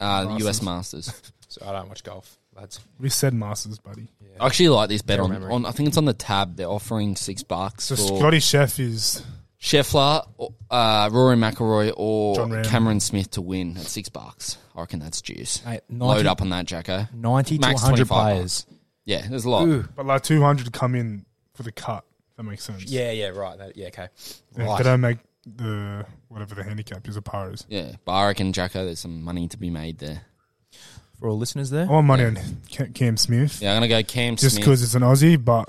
A: uh,
B: Masters.
A: US Masters.
C: So I don't watch golf, lads.
B: We said masters, buddy.
A: I actually like this bet
C: Fair
A: on,
C: memory.
A: on. I think it's on the tab. They're offering six bucks
B: So
A: for
B: Scotty Chef is
A: Scheffler, or, uh, Rory McIlroy, or
B: John Ram.
A: Cameron Smith to win at six bucks. I reckon that's juice.
C: Mate, 90
A: Load up on that, Jacko.
C: Ninety to
A: Max
C: hundred
A: 25
C: players.
A: Yeah, there's a lot.
C: Ooh.
B: but like two hundred come in for the cut. If that makes sense.
C: Yeah, yeah, right. That, yeah, okay.
B: And If they don't make the whatever the handicap is a par is.
A: Yeah, but I reckon Jacko, there's some money to be made there.
C: For all listeners there,
B: I want money on Cam- Cam Smith.
A: Yeah, I'm gonna go Cam
B: just
A: Smith.
B: because it's an Aussie. But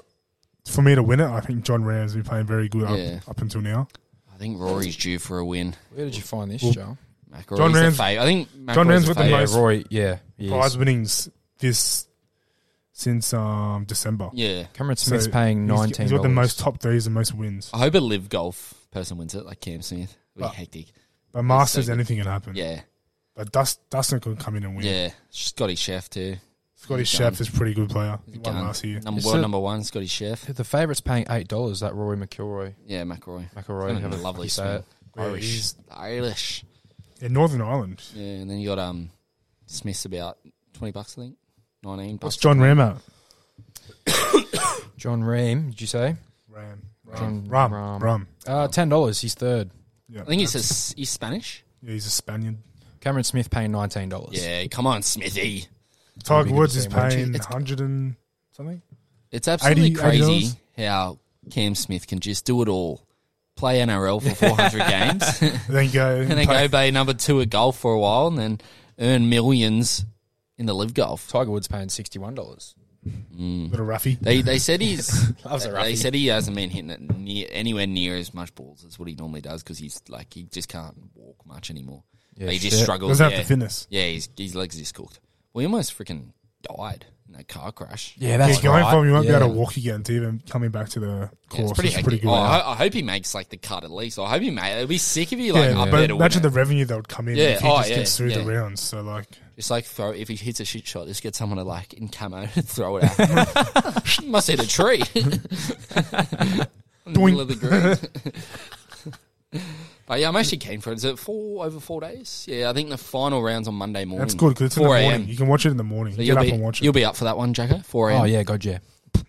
B: for me to win it, I think John Ram's been playing very good
A: Yeah.
B: up, up until now.
A: I think Rory's due for a win.
C: where did you find this, Joe?
A: McIlroy's
B: John
A: the
B: Ram's-
A: fav- I think McIlroy's
B: John Ram's
A: the
B: got the
A: favourite.
B: most-
C: Roy, yeah. he is.
B: Prize winnings this since um December.
A: Yeah,
C: Cameron
B: So
C: Smith's paying
B: he's-
C: nineteen.
B: He's got the most top threes and most wins.
A: I hope a live golf person wins it, like Cam Smith. It'd be
B: But-
A: hectic.
B: But Masters,
A: so good.
B: anything can happen.
A: Yeah,
B: But Dust, Dustin could come in and win.
A: yeah. Scotty Chef too.
B: Scotty
A: He's
B: Chef
A: done.
B: is a pretty good player. He
A: He's
B: won
A: done.
B: last year.
A: Number
C: Is
A: world
C: it-
A: number one, Scotty Chef.
C: The favorite's paying eight dollars. That Rory McIlroy,
A: Yeah, McIlroy.
C: McIlroy,
A: Kinda
C: however
A: lovely
C: you say it.
B: Yeah, he's-
A: Irish.
B: yeah, Northern Ireland.
A: Yeah, and then you got um Smith's about 20 bucks, I think. 19 bucks.
B: What's John Ram at?
C: John Ream, did you say?
B: Ram.
C: John
B: Ram. Ram.
C: Rahm.
B: Ram.
C: Uh, ten dollars. He's third.
B: Yeah.
A: I think he says he's Spanish.
B: Yeah, he's a Spaniard.
C: Cameron Smith paying nineteen dollars.
A: Yeah, come on, Smithy.
B: Tiger
C: gonna
B: Woods
C: say
B: is
C: one.
B: paying
A: It's-
B: 100 and something.
A: It's absolutely
B: 80
A: crazy
B: $80?
A: how Cam Smith can just do it all. Play NRL for 400 games and
B: And then go.
A: then go be number two at golf for a while and then earn millions in the live golf.
C: Tiger Woods paying sixty one dollars.
B: Little Ruffy.
A: They, they said he's
C: Loves a
A: they
C: roughie.
A: said he hasn't been hitting it near, anywhere near as much balls as what he normally does because he's like he just can't walk much anymore.
C: Yeah,
A: he just
C: shit.
A: struggles.
B: Doesn't
A: yeah.
B: have the fitness.
A: Yeah, his, his legs just cooked. Well, he almost freaking died in that car crash.
C: Yeah,
B: Yeah,
C: that's
B: going
C: right.
B: from you won't
C: yeah.
B: be able to walk again to even coming back to the
A: Yeah, it's
B: course. It's
A: pretty,
B: pretty,
A: hectic.
B: pretty good.
A: Oh,
B: yeah.
A: I, I hope he makes like the cut at least. I hope he made. It'd be sick if he like
B: yeah,
A: up there
B: but
A: to win
B: imagine
A: it.
B: the revenue that would come in
A: Yeah,
B: if he
A: oh,
B: just
A: yeah,
B: gets through the
A: yeah. Mm.
B: rounds. So like,
A: It's like throw if he hits a shit shot, just get someone to like in camo and throw it out. Must hit a tree. in the middle of the green. but yeah, I'm actually keen for it. Is it four over four days? Yeah, I think the final rounds on Monday morning.
B: that's good because it's in the
A: 4 a.m..
B: morning. You can watch it in the morning.
A: So
B: Get
A: you'll
B: up
A: be,
B: and watch
A: You'll
B: it.
A: be up for that one, Jacko. Four a.m.
C: Oh yeah, God yeah.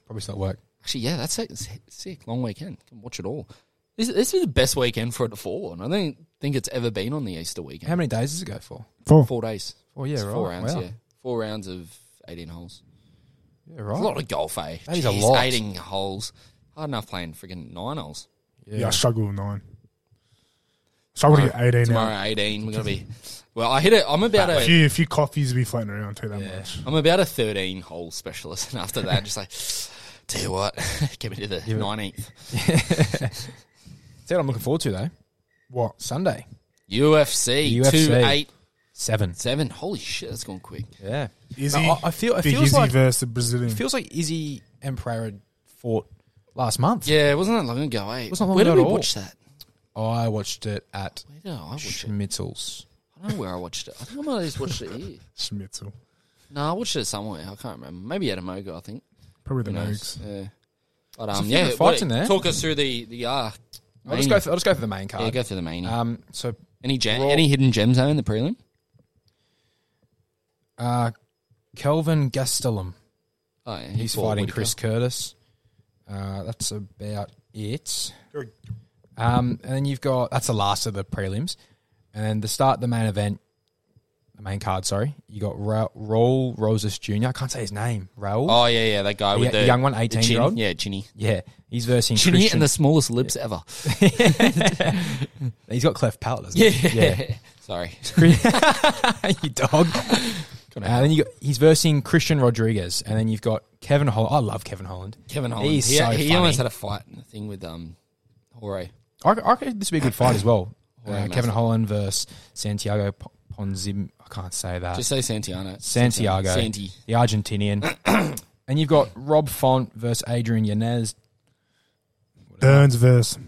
C: Probably still at work.
A: Actually, yeah, that's it. It's sick. Long weekend. Can watch it all. This, this is the best weekend for it to fall on. I don't think it's ever been on the Easter weekend.
C: How many days does it go for?
B: Four.
A: Four days.
C: Oh yeah,
A: It's
C: right.
A: four rounds.
C: wow.
A: Yeah, four rounds of eighteen holes.
C: Yeah, right.
A: A lot of golf, eh?
C: That is a lot.
A: Eighteen holes. Hard enough playing freaking nine holes.
B: Yeah, I struggle with nine. Struggle to get 18
A: Tomorrow,
B: now.
A: eighteen. We're gonna be. Well, I hit it. I'm about
B: A
A: a.
B: few, a few coffees will be floating around too that much.
A: I'm about a thirteen hole specialist, and after that, just like, tell you what, get me to the nineteenth.
C: See what I'm looking forward to though.
B: What?
C: Sunday
A: UFC,
C: UFC.
A: two eight
C: seven.
A: seven. Holy shit, that's gone quick.
C: Yeah.
B: Izzy,
C: No, I, I feel it
B: Big
C: feels
B: Izzy
C: like
B: versus the Brazilian.
C: it feels like Izzy and Pereira fought last month.
A: Yeah, it wasn't that long ago, eh?
C: Wasn't long
A: Where
C: ago
A: did we
C: at all.
A: watch that?
C: I watched it at
A: Where did I watch it?
C: Schmitzel's.
A: I don't know where I watched it. I think I might have just watched it here.
B: Schmitzel.
A: No, I watched it somewhere. I can't remember. Maybe at a Mogo, I think.
B: Probably the
A: Who knows?
B: Mags.
A: Yeah. But
C: There's
A: um,
C: a few
A: yeah,
C: good fights
A: what-
C: in there.
A: talk us through the the uh,
C: I'll
A: main-
C: just go. For, I'll just go for the main
A: yeah,
C: card.
A: go through the main.
C: um. So
A: any gem,
C: Raw-
A: any hidden gems though in the prelim?
C: uh, Kelvin Gastelum.
A: Oh, yeah, he
C: He's
A: fought
C: fighting
A: Whittaker.
C: Chris Curtis. Uh, that's about it.
B: Good.
C: Um, and then you've got that's the last of the prelims, and then the start the main event, the main card. Sorry, you got Ra- Raul Rosas Jr. I can't say his name. Raul.
A: Oh yeah, yeah, that guy
C: The
A: with
C: y-
A: the
C: young one,
A: the
C: 18
A: chin.
C: year old?
A: Yeah, Chinny.
C: Yeah, he's versing
A: Chinny
C: Christian.
A: and the smallest lips ever.
C: He's got cleft palate, doesn't he?
A: Sorry.
C: you dog. and then you got, he's versing Christian Rodriguez, and then you've got Kevin Holland. I love Kevin Holland.
A: Kevin Holland.
C: He's
A: he
C: so
A: he
C: funny.
A: almost had a fight in the thing with um, Jorge.
C: I, I reckon this would be a good fight as well. Uh,
A: Yeah,
C: Kevin
A: massive.
C: Holland versus Santiago P- Ponzim. I can't say that.
A: Just say Santiano.
C: Santiago,
A: Santi.
C: the Argentinian. and you've got Rob Font versus Adrian Yanez,
B: Burns versus.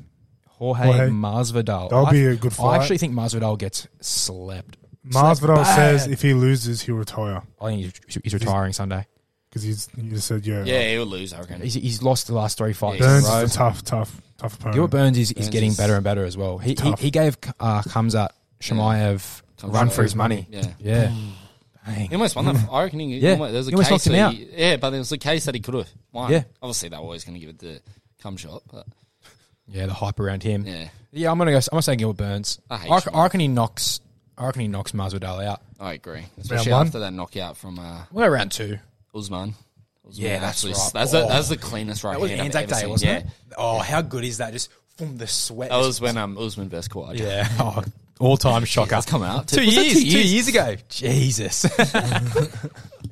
C: Jorge,
B: Jorge.
C: Masvidal.
B: That'll
C: I-
B: be a good
C: I
B: fight.
C: actually think Masvidal gets slept.
B: Masvidal
C: bad.
B: says if he loses, he'll retire.
C: I think he's, he's retiring Sunday.
B: Because he's he just said, yeah.
A: Yeah, he'll lose. I reckon.
C: He's, he's lost the last three fights.
B: Burns
C: in a row.
B: is a tough, tough, tough opponent.
C: Gilbert Burns is, is
A: Burns
C: getting
A: is
C: better and better as well. He he,
B: tough.
C: he gave uh, Kamzat Shemaev a
A: Kamzat.
C: run for his money.
A: Yeah. Mm.
C: Yeah. Dang.
A: He almost won that. I reckon he
C: Hmm. Yeah.
A: almost, there was a
C: He almost
A: case
C: knocked him
A: that he- yeah, but there was a case that he could have won.
C: Yeah.
A: Obviously, they were always going to give it the cum shot, but
C: Yeah, the hype around him. Yeah,
A: yeah.
C: I'm gonna go. I'm gonna say Gilbert Burns.
A: I
C: I,
A: hate
C: reckon- I reckon he knocks. I reckon he knocks Masvidal out.
A: I agree. Especially
B: one?
A: after that knockout from uh,
C: We'll go round two.
A: Usman. Usman
C: Yeah, that's
A: actually-
C: right.
A: That's, the, that's the cleanest right
C: That was
A: hand I've
C: Anzac
A: ever
C: Day,
A: seen.
C: wasn't
A: yeah.
C: it? Oh, how good is that? Just from the sweat.
A: That was when um, Usman versus Quad.
C: yeah. Oh, all time shocker.
A: That's come out.
C: Two
A: Was that
C: years,
A: two
C: two
A: years?
C: years ago. Jesus.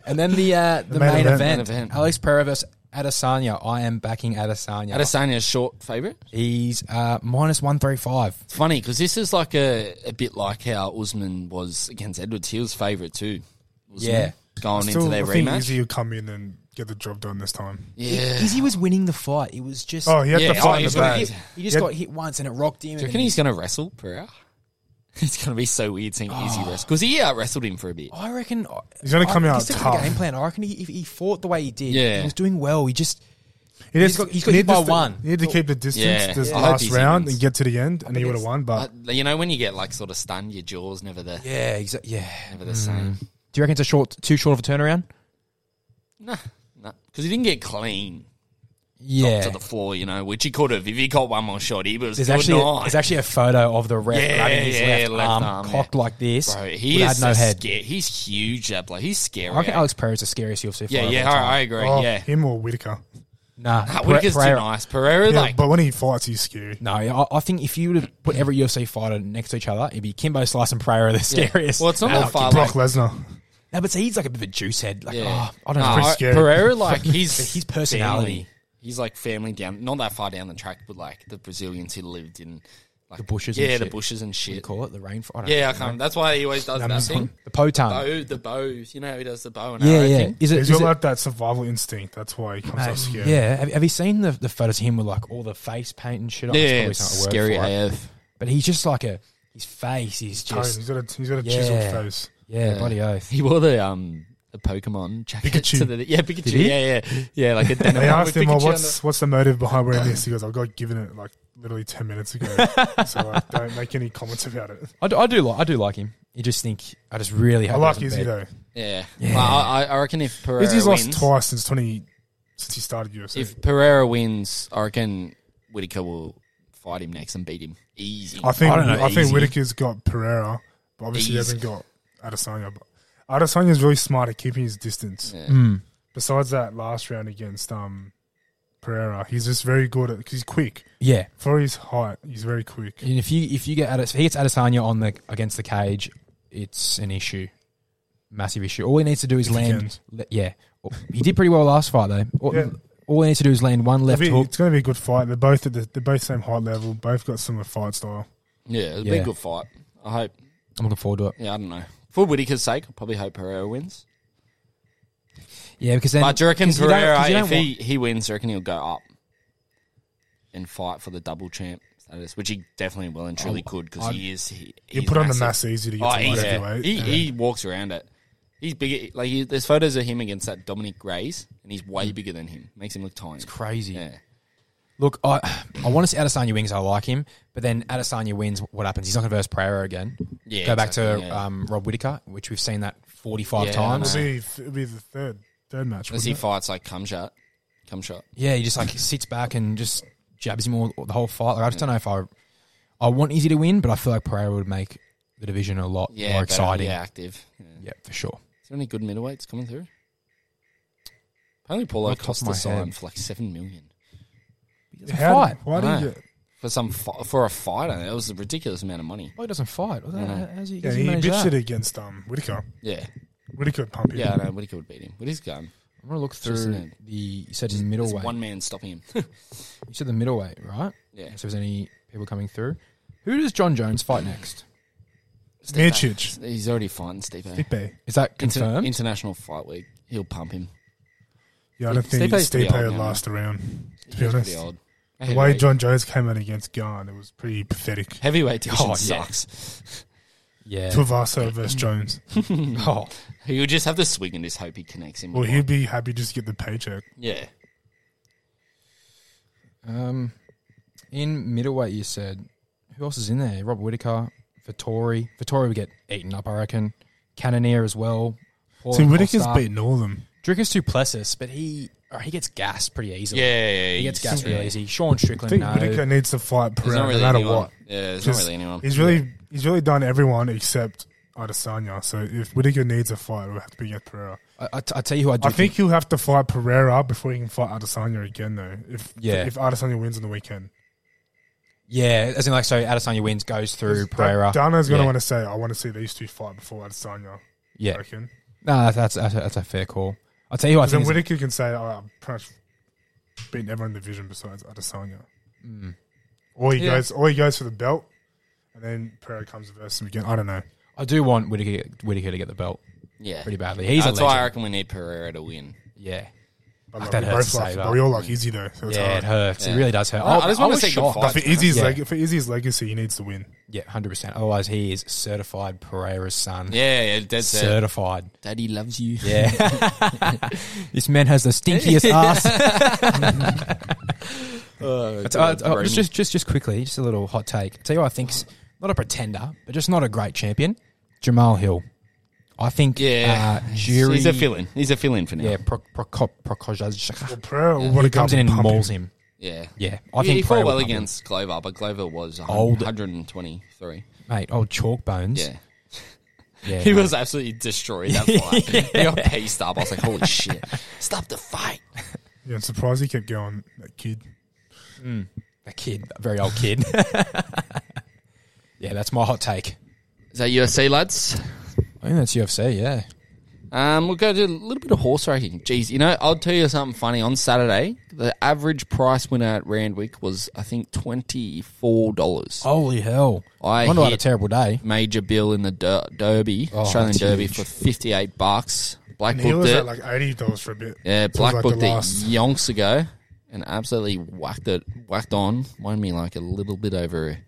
C: and then the uh, the, main,
B: main
C: event.
B: event.
A: Main event.
C: Alex Pereira versus Adesanya. I am backing Adesanya.
A: Adesanya's short favourite.
C: He's uh, minus one three five.
A: It's funny because this is like a, a bit like how Usman was against Edwards. He was favourite too. Usman,
C: Yeah.
A: Going into
B: Still,
A: their
B: I think
A: rematch.
B: Izzy will come in and get the job done this time.
A: yeah.
C: Izzy was winning the fight. It was just
B: Oh, he had
A: Yeah,
B: to
A: oh,
B: fight in
A: he's
B: the
A: gonna
B: bag.
A: get-
C: he just
B: Yeah.
C: got hit once and it rocked
A: Do
C: him.
A: you
C: and
A: reckon he's going to wrestle Pereira? It's going to be so weird seeing Izzy
C: Oh.
A: wrestle because he out wrestled him for a bit.
C: I reckon
B: He's gonna
C: I
B: come
C: reckon
B: out
C: he's took
B: tough.
C: The game plan. I reckon he, if he fought the way he did,
A: Yeah.
C: he was doing well. He just
B: He
C: He's got- he's got hit
B: need
C: by
B: to st-
C: one.
B: He had to keep the distance
A: Yeah.
B: this
A: Yeah. I hope
B: last
A: Izzy
B: round
A: wins.
B: and get to the end, and he would have won. But
A: But, you know, when you get like sort of stunned, your jaw's never the
C: yeah, exa- yeah.
A: never the same.
C: Do you reckon it's a short, too short of a turnaround?
A: Nah, nah, because he didn't get clean
C: Yeah.
A: to the floor, you know, which he could have if he caught one more shot. He was
C: There's
A: good
C: actually
A: night.
C: there's actually a photo of the ref
A: Yeah,
C: grabbing his
A: yeah,
C: left,
A: left
C: arm,
A: arm, yeah.
C: cocked like this.
A: Bro, he
C: but
A: is
C: had no
A: so
C: head.
A: scar- He's huge, that bloke. He's scary.
C: I reckon
A: eh?
C: Alex Pereira's the scariest UFC
A: yeah,
C: fighter.
A: yeah,
C: of all
A: I,
C: time.
A: I agree.
B: Oh,
A: yeah,
B: Him or Whitaker.
A: nah,
C: Nah, Pere-
A: Whitaker's too
C: Pereira-
A: nice. Pereira,
B: Yeah,
A: like,
B: but when he fights, he's scary.
C: No, I, I think if you would have put every UFC fighter next to each other, it'd be Kimbo Slice and Pereira the scariest.
A: well, it's not
C: No,
A: that far.
B: Brock
A: Like,
B: Lesnar.
C: No, but see, he's like a bit of a juice head. Like,
A: Yeah.
C: oh, I don't
A: Nah,
C: know.
B: Pretty
A: I-
B: scary.
A: Pereira, like, he's
C: His personality.
A: family. He's like family down, not that far down the track, but like the Brazilians he lived in, like
C: The bushes
A: Yeah,
C: and
A: the
C: shit.
A: bushes and
C: You
A: shit.
C: call it the rainforest. I don't
A: Yeah, I
C: know.
A: can't. That's why he always does that thing.
C: The potan.
A: Bow, the bows. You know how he does the bow and
C: yeah,
A: arrow
C: yeah.
A: thing.
C: Is it?
B: He's
C: Is
B: got
C: it
B: like that survival instinct. That's why he comes
C: mate,
B: out scared.
C: yeah. Have, have you seen the, the photos of him with like all the face paint and shit? on?
A: Yeah,
C: There's
A: yeah
C: probably
A: it's
C: not a word
A: scary
C: for it.
A: AF.
C: But he's just like a his face is
B: Tone,
C: just
B: He's got a he's got a
C: Yeah.
B: chiseled face.
C: yeah, bloody oath.
A: He wore the um the Pokemon jacket
B: Pikachu.
A: to the yeah Pikachu.
C: he?
A: Yeah, yeah, yeah. Like a denim
B: They
A: one
B: asked
A: with
B: him, "Well,
A: Pikachu on
B: what's what's the motive behind wearing this?" He goes, "I got given it like literally ten minutes ago, so like, don't make any comments about it."
C: I do, I do like I do like him. You just think I just really
B: I
C: hope he
B: like
C: doesn't
B: Izzy
C: bet.
B: though.
A: the- yeah.
C: Yeah.
A: Well, I, I- I reckon if Pereira
B: Izzy's
A: wins,
B: lost twice since twenty since he started UFC.
A: if Pereira wins, I reckon Whitaker will fight him next and beat him easy.
B: I think
C: I
B: I,
C: don't know,
B: think
C: easy.
B: Whitaker's got Pereira, but obviously he
A: Easy.
B: hasn't got Adesanya. But Adesanya's really smart at keeping his distance.
A: Yeah.
C: Mm.
B: Besides that last round against um Pereira, he's just very good at because he's quick
C: Yeah,
B: for his height. He's very quick.
C: and if you if you get Ades- if he gets Adesanya on the against the cage, it's an issue, massive issue. All he needs to do is
B: If he
C: land. le- yeah, Oh, he did pretty well last fight though. All,
B: Yeah.
C: all he needs to do is land one left
B: It'll be-
C: hook.
B: It's going to be a good fight. They're both at the, they're both same height level. Both got similar fight style.
A: Yeah, it'll be
C: Yeah.
A: a good fight. I hope.
C: I'm looking forward to it.
A: Yeah, I don't know. For Whitaker's sake, I probably hope Pereira wins.
C: Yeah, because then
A: but do you reckon
C: 'cause you don't-
A: Pereira,
C: 'cause you don't
A: if he, he wins, do you reckon he'll go up and fight for the double champ status, which he definitely will and truly could because he is. He,
B: You
A: he's
B: put on the
A: massive.
B: mass easy to get
A: Oh,
B: to
A: he's,
B: light
A: yeah.
B: heavyweight.
A: he,
B: Yeah.
A: he walks around it. He's big. Like he, there's photos of him against that Dominic Grays, and he's way bigger than him. Makes him look tiny.
C: crazy.
A: Yeah,
C: Look, I I want to see Adesanya wins. I like him, but then Adesanya wins. What happens? He's not going to verse Pereira again.
A: Yeah,
C: go back
A: exactly,
C: to
A: yeah.
C: um, Rob Whitaker, which we've seen that forty five
A: Yeah, I
C: times.
B: It'll be, it'll be the third third match.
A: unless he
B: wouldn't
A: fights like Cumshot, Cumshot.
C: Yeah, he just like sits back and just jabs him all the whole fight. Like I just don't know if I I want Izzy to win, but I feel like Pereira would make the division a lot
A: Yeah,
C: more
A: better,
C: exciting.
A: Yeah,
C: Yeah.
A: active. Yeah.
C: for sure.
A: Is there any good middleweights coming through? Apparently, Paulo
C: Off the top of
A: Costa
C: my
A: signed
C: head.
A: for like seven million
C: He
B: it?
C: doesn't
B: How-
C: fight.
B: Why do
A: Right.
B: you get?
A: for some fi- for a fighter. That was a ridiculous amount of money.
C: Oh, he doesn't fight. How's
A: Yeah.
C: how's he,
B: Yeah,
C: how's he
B: he
C: manage
B: bitched it
C: that?
B: against um Whitaker.
A: Yeah,
B: Whitaker pumped him.
A: yeah. I know Whitaker would beat him. Whitaker's gone.
C: I'm gonna look
A: Just
C: through
A: an-
C: the. You said
A: There's
C: middleweight.
A: one man stopping him.
C: You said the middleweight, right?
A: yeah,
C: So if there's any people coming through, who does John Jones fight next?
A: Stipe.
B: Miocic.
A: He's already fighting Stipe.
B: Stipe.
C: Is that
A: Inter-
C: confirmed?
A: International Fight Week. He'll pump him.
B: Yeah, I don't think
A: Stipe's pretty
B: Stipe
A: old
B: would
A: now,
B: last around. To
A: He's
B: be honest,
A: pretty old.
B: the way John Jones came out against Garn, it was pretty pathetic.
A: heavyweight division
C: Oh, yeah.
A: sucks.
C: yeah.
B: Tuivasa versus Jones.
C: Oh,
A: He'll just have to swing and just hope he connects him.
B: Well,
A: with
B: he'd
A: one.
B: be happy just to get the paycheck.
A: yeah.
C: um, in middleweight, you said who else is in there? Rob Whitaker, Vittori. Vittori would get eaten up, I reckon. Cannoneer as well. Paul
B: So Whitaker's
C: Costa.
B: beaten all of them.
C: Drickus Duplessis, but he or he gets gassed pretty easily.
A: yeah, yeah, yeah.
C: he gets gassed
A: Yeah.
C: really easy. Sean
B: I
C: Strickland,
B: think
C: no.
B: Whitaker needs to fight
A: There's
B: Pereira
A: not
B: no
A: really
B: matter
A: anyone.
B: what.
A: Yeah, there's not
B: Just-
A: really anyone.
B: He's really he's really done everyone except Adesanya. So if Whitaker needs a fight, it will have to be against Pereira.
C: I, I, t- I tell you who I do.
B: I think he'll have to fight Pereira before he can fight Adesanya again, though. If
C: Yeah.
B: if Adesanya wins on the weekend,
C: yeah, as in like so, Adesanya wins, goes through Pereira.
B: Dana's gonna
C: Yeah.
B: want to say, "I want to see these two fight before Adesanya." I
C: Yeah,
B: reckon.
C: no, that's that's, that's, a, that's a fair call. I will tell you, who I
B: 'Cause then
C: think. is-
B: Whitaker can say, "Oh, I'm pretty much beaten everyone in the division besides Adesanya,"
C: Mm.
B: or he
A: Yeah.
B: goes, or he goes for the belt, and then Pereira comes versus him again. I don't know.
C: I do want Whitaker, Whitaker to get the belt
A: yeah.
C: pretty badly. He's
A: That's
C: a
A: why I
C: legend.
A: reckon we need Pereira to win.
C: Yeah,
B: But
C: Like,
B: like,
C: Ah, that
B: we
C: hurts
B: both
C: to
B: like,
C: say,
B: but
C: though.
B: we all like Izzy though. So it's
C: yeah,
B: hard.
C: it hurts.
A: Yeah.
C: It really does hurt. Oh,
A: I- I just wanna
C: was
A: see good
C: shocked.
B: But
A: fights.
B: for Izzy's
C: Yeah.
B: leg, for Izzy's legacy, he needs to win.
C: Yeah, hundred percent. Otherwise, he is certified Pereira's son.
A: Yeah, yeah, dead set.
C: certified.
A: Daddy loves you.
C: Yeah, this man has the stinkiest ass.
A: Uh,
C: It's- uh, it's- uh, just, just, just, just quickly, just a little hot take. tell you, what I think's not a pretender, but just not a great champion. Jamal Hill. I think
A: Yeah,
C: uh, jury.
A: he's a fill-in. He's a fill-in for now.
C: Yeah, Pro- Prokop Prokop-
B: Prayer or what he
C: uh, comes in and mauls him.
A: yeah.
C: Yeah, I
A: I think
C: think
A: he
C: Prey
A: fought
C: will
A: well
C: pump him.
A: against Glover, but Glover was
C: Old.
A: 123.
C: mate. Old chalk bones.
A: Yeah.
C: yeah
A: He
C: mate.
A: was absolutely destroyed that fight. He got paced up. I was like, holy shit. Stop the fight.
B: Yeah, I'm surprised he kept going. That kid.
C: a kid, a very old kid. yeah, that's my hot take.
A: Is that UFC, lads?
C: I think that's UFC. Yeah,
A: Um, we'll go to a little bit of horse racing. Jeez, you know, I'll tell you something funny. On Saturday, the average price winner at Randwick was, I think, $24.
B: Oh.
C: holy hell!
A: I
C: wonder I had a
A: hit-
C: terrible day.
A: Major Bill in the der- Derby,
C: Oh,
A: Australian
C: that's
A: Derby,
C: huge.
A: for 58 bucks. Black
B: And he
A: booked
B: was
A: it.
B: at like eighty dollars for a bit.
A: Yeah,
B: Sounds
A: Black
B: like the
A: Booked it
B: last.
A: yonks ago and absolutely whacked it, whacked on, won me like a little bit over a,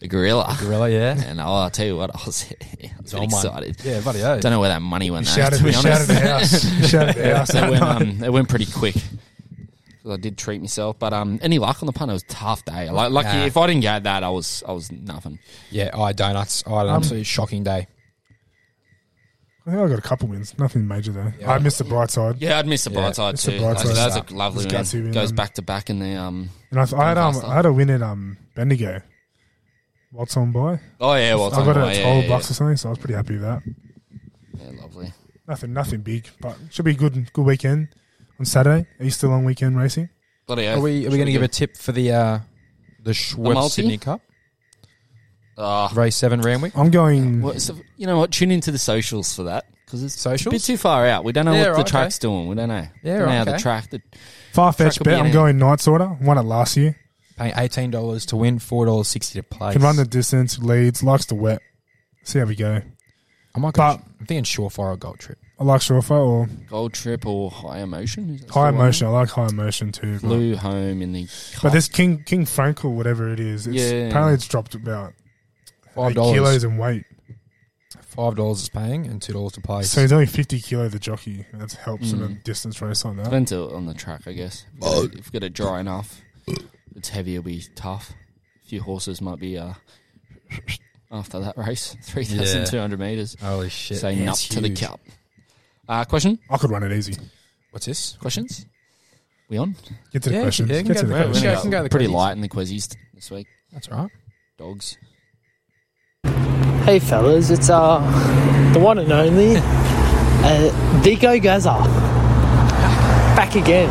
A: a gorilla.
C: Gorilla, yeah.
A: And I'll, I'll tell you what, I was, I was
C: Oh,
A: really
C: mate.
A: excited.
C: Yeah, buddy. Oh.
A: Don't know where that money went.
B: He
A: though,
B: shouted,
A: to be
B: he shouted
A: honest.
B: the house. He shouted the house.
A: It
B: that
A: went,
B: night.
A: um, it went pretty quick. 'Cause I did treat myself, but um, any luck on the punt? It was a tough day. Like, like
C: Nah.
A: if I didn't get that, I was I was nothing.
C: Yeah, I donuts. I
A: Um,
C: had an absolutely shocking day.
B: I think I got a couple wins. Nothing major though. I missed the bright side,
A: Yeah, I'd miss the
C: Yeah,
A: bright side
B: it's the
A: too. That,
B: bright side.
A: that was
C: It's
A: a lovely
B: it's gutsy
A: win.
B: win,
A: Goes
B: um,
A: back to back in the um.
B: and I, th- I had um,
A: faster.
B: I had a win at um Bendigo. What's on by?
A: Oh yeah, well,
B: I got it
A: yeah,
B: at
A: yeah,
B: twelve
A: yeah.
B: bucks or something, so I was pretty happy with that.
A: yeah, lovely.
B: Nothing, nothing big, but should be a good, good weekend on Saturday. Easter long weekend racing.
A: Bloody
C: Are
A: oath.
C: we? Are we
A: Should
C: going to give
A: do-
C: a tip for the uh, the Schweb
A: multi?
C: Sydney Cup
A: Ah,
C: race seven Ramwick?
B: I'm going.
A: Well, so, you know what? Tune into the socials for that because it's a
C: Socials?
A: bit too far out. We don't know
C: Yeah,
A: what
C: right,
A: the track's doing. We don't know.
C: Yeah,
A: don't know
C: right,
A: how the
C: okay.
A: track. The,
B: Far
A: Track
B: fetched
A: will be
B: bet. I'm
A: in.
B: going Knights Order. Won it last year.
C: Paying eighteen dollars to win, four dollars sixty to play.
B: Can run the distance. Leads. Likes the wet. See how we go.
C: I might go,
B: but-
C: I'm thinking Surefire or Gold Trip.
B: I like Shorefire or
A: gold trip or high emotion? Is that
B: High
A: the one?
B: Emotion. I like High Emotion too. But,
A: Flew home in the.
B: but this King King Frankel, whatever it is, it's,
A: Yeah.
B: apparently it's dropped about
C: Five
B: eight kilos
C: dollars.
B: in weight.
C: Five dollars is paying, and two dollars to play.
B: So he's only 50 kilo the jockey. and That helps in a
A: Mm.
B: distance race like that.
A: Depends on the track, I guess. If you got it- if you got it dry enough, if it's heavy. It'll be tough. A few horses might be uh, after that race, three thousand two hundred meters.
C: Holy shit!
A: Say
C: Yeah,
A: up
C: it's
A: to the
C: huge.
A: cup. Uh, question?
B: I could run it easy.
C: What's this?
A: Questions? We on?
B: Get to the
C: Yeah,
B: questions.
C: yeah, you can
B: Get
C: go
B: to the
C: for it.
B: questions.
C: Yeah, I can go to the
A: pretty
C: quizzies.
A: light in the quizzies this week.
C: That's all right.
A: Dogs.
D: Hey fellas, it's uh the one and only uh, Vico Gaza back again.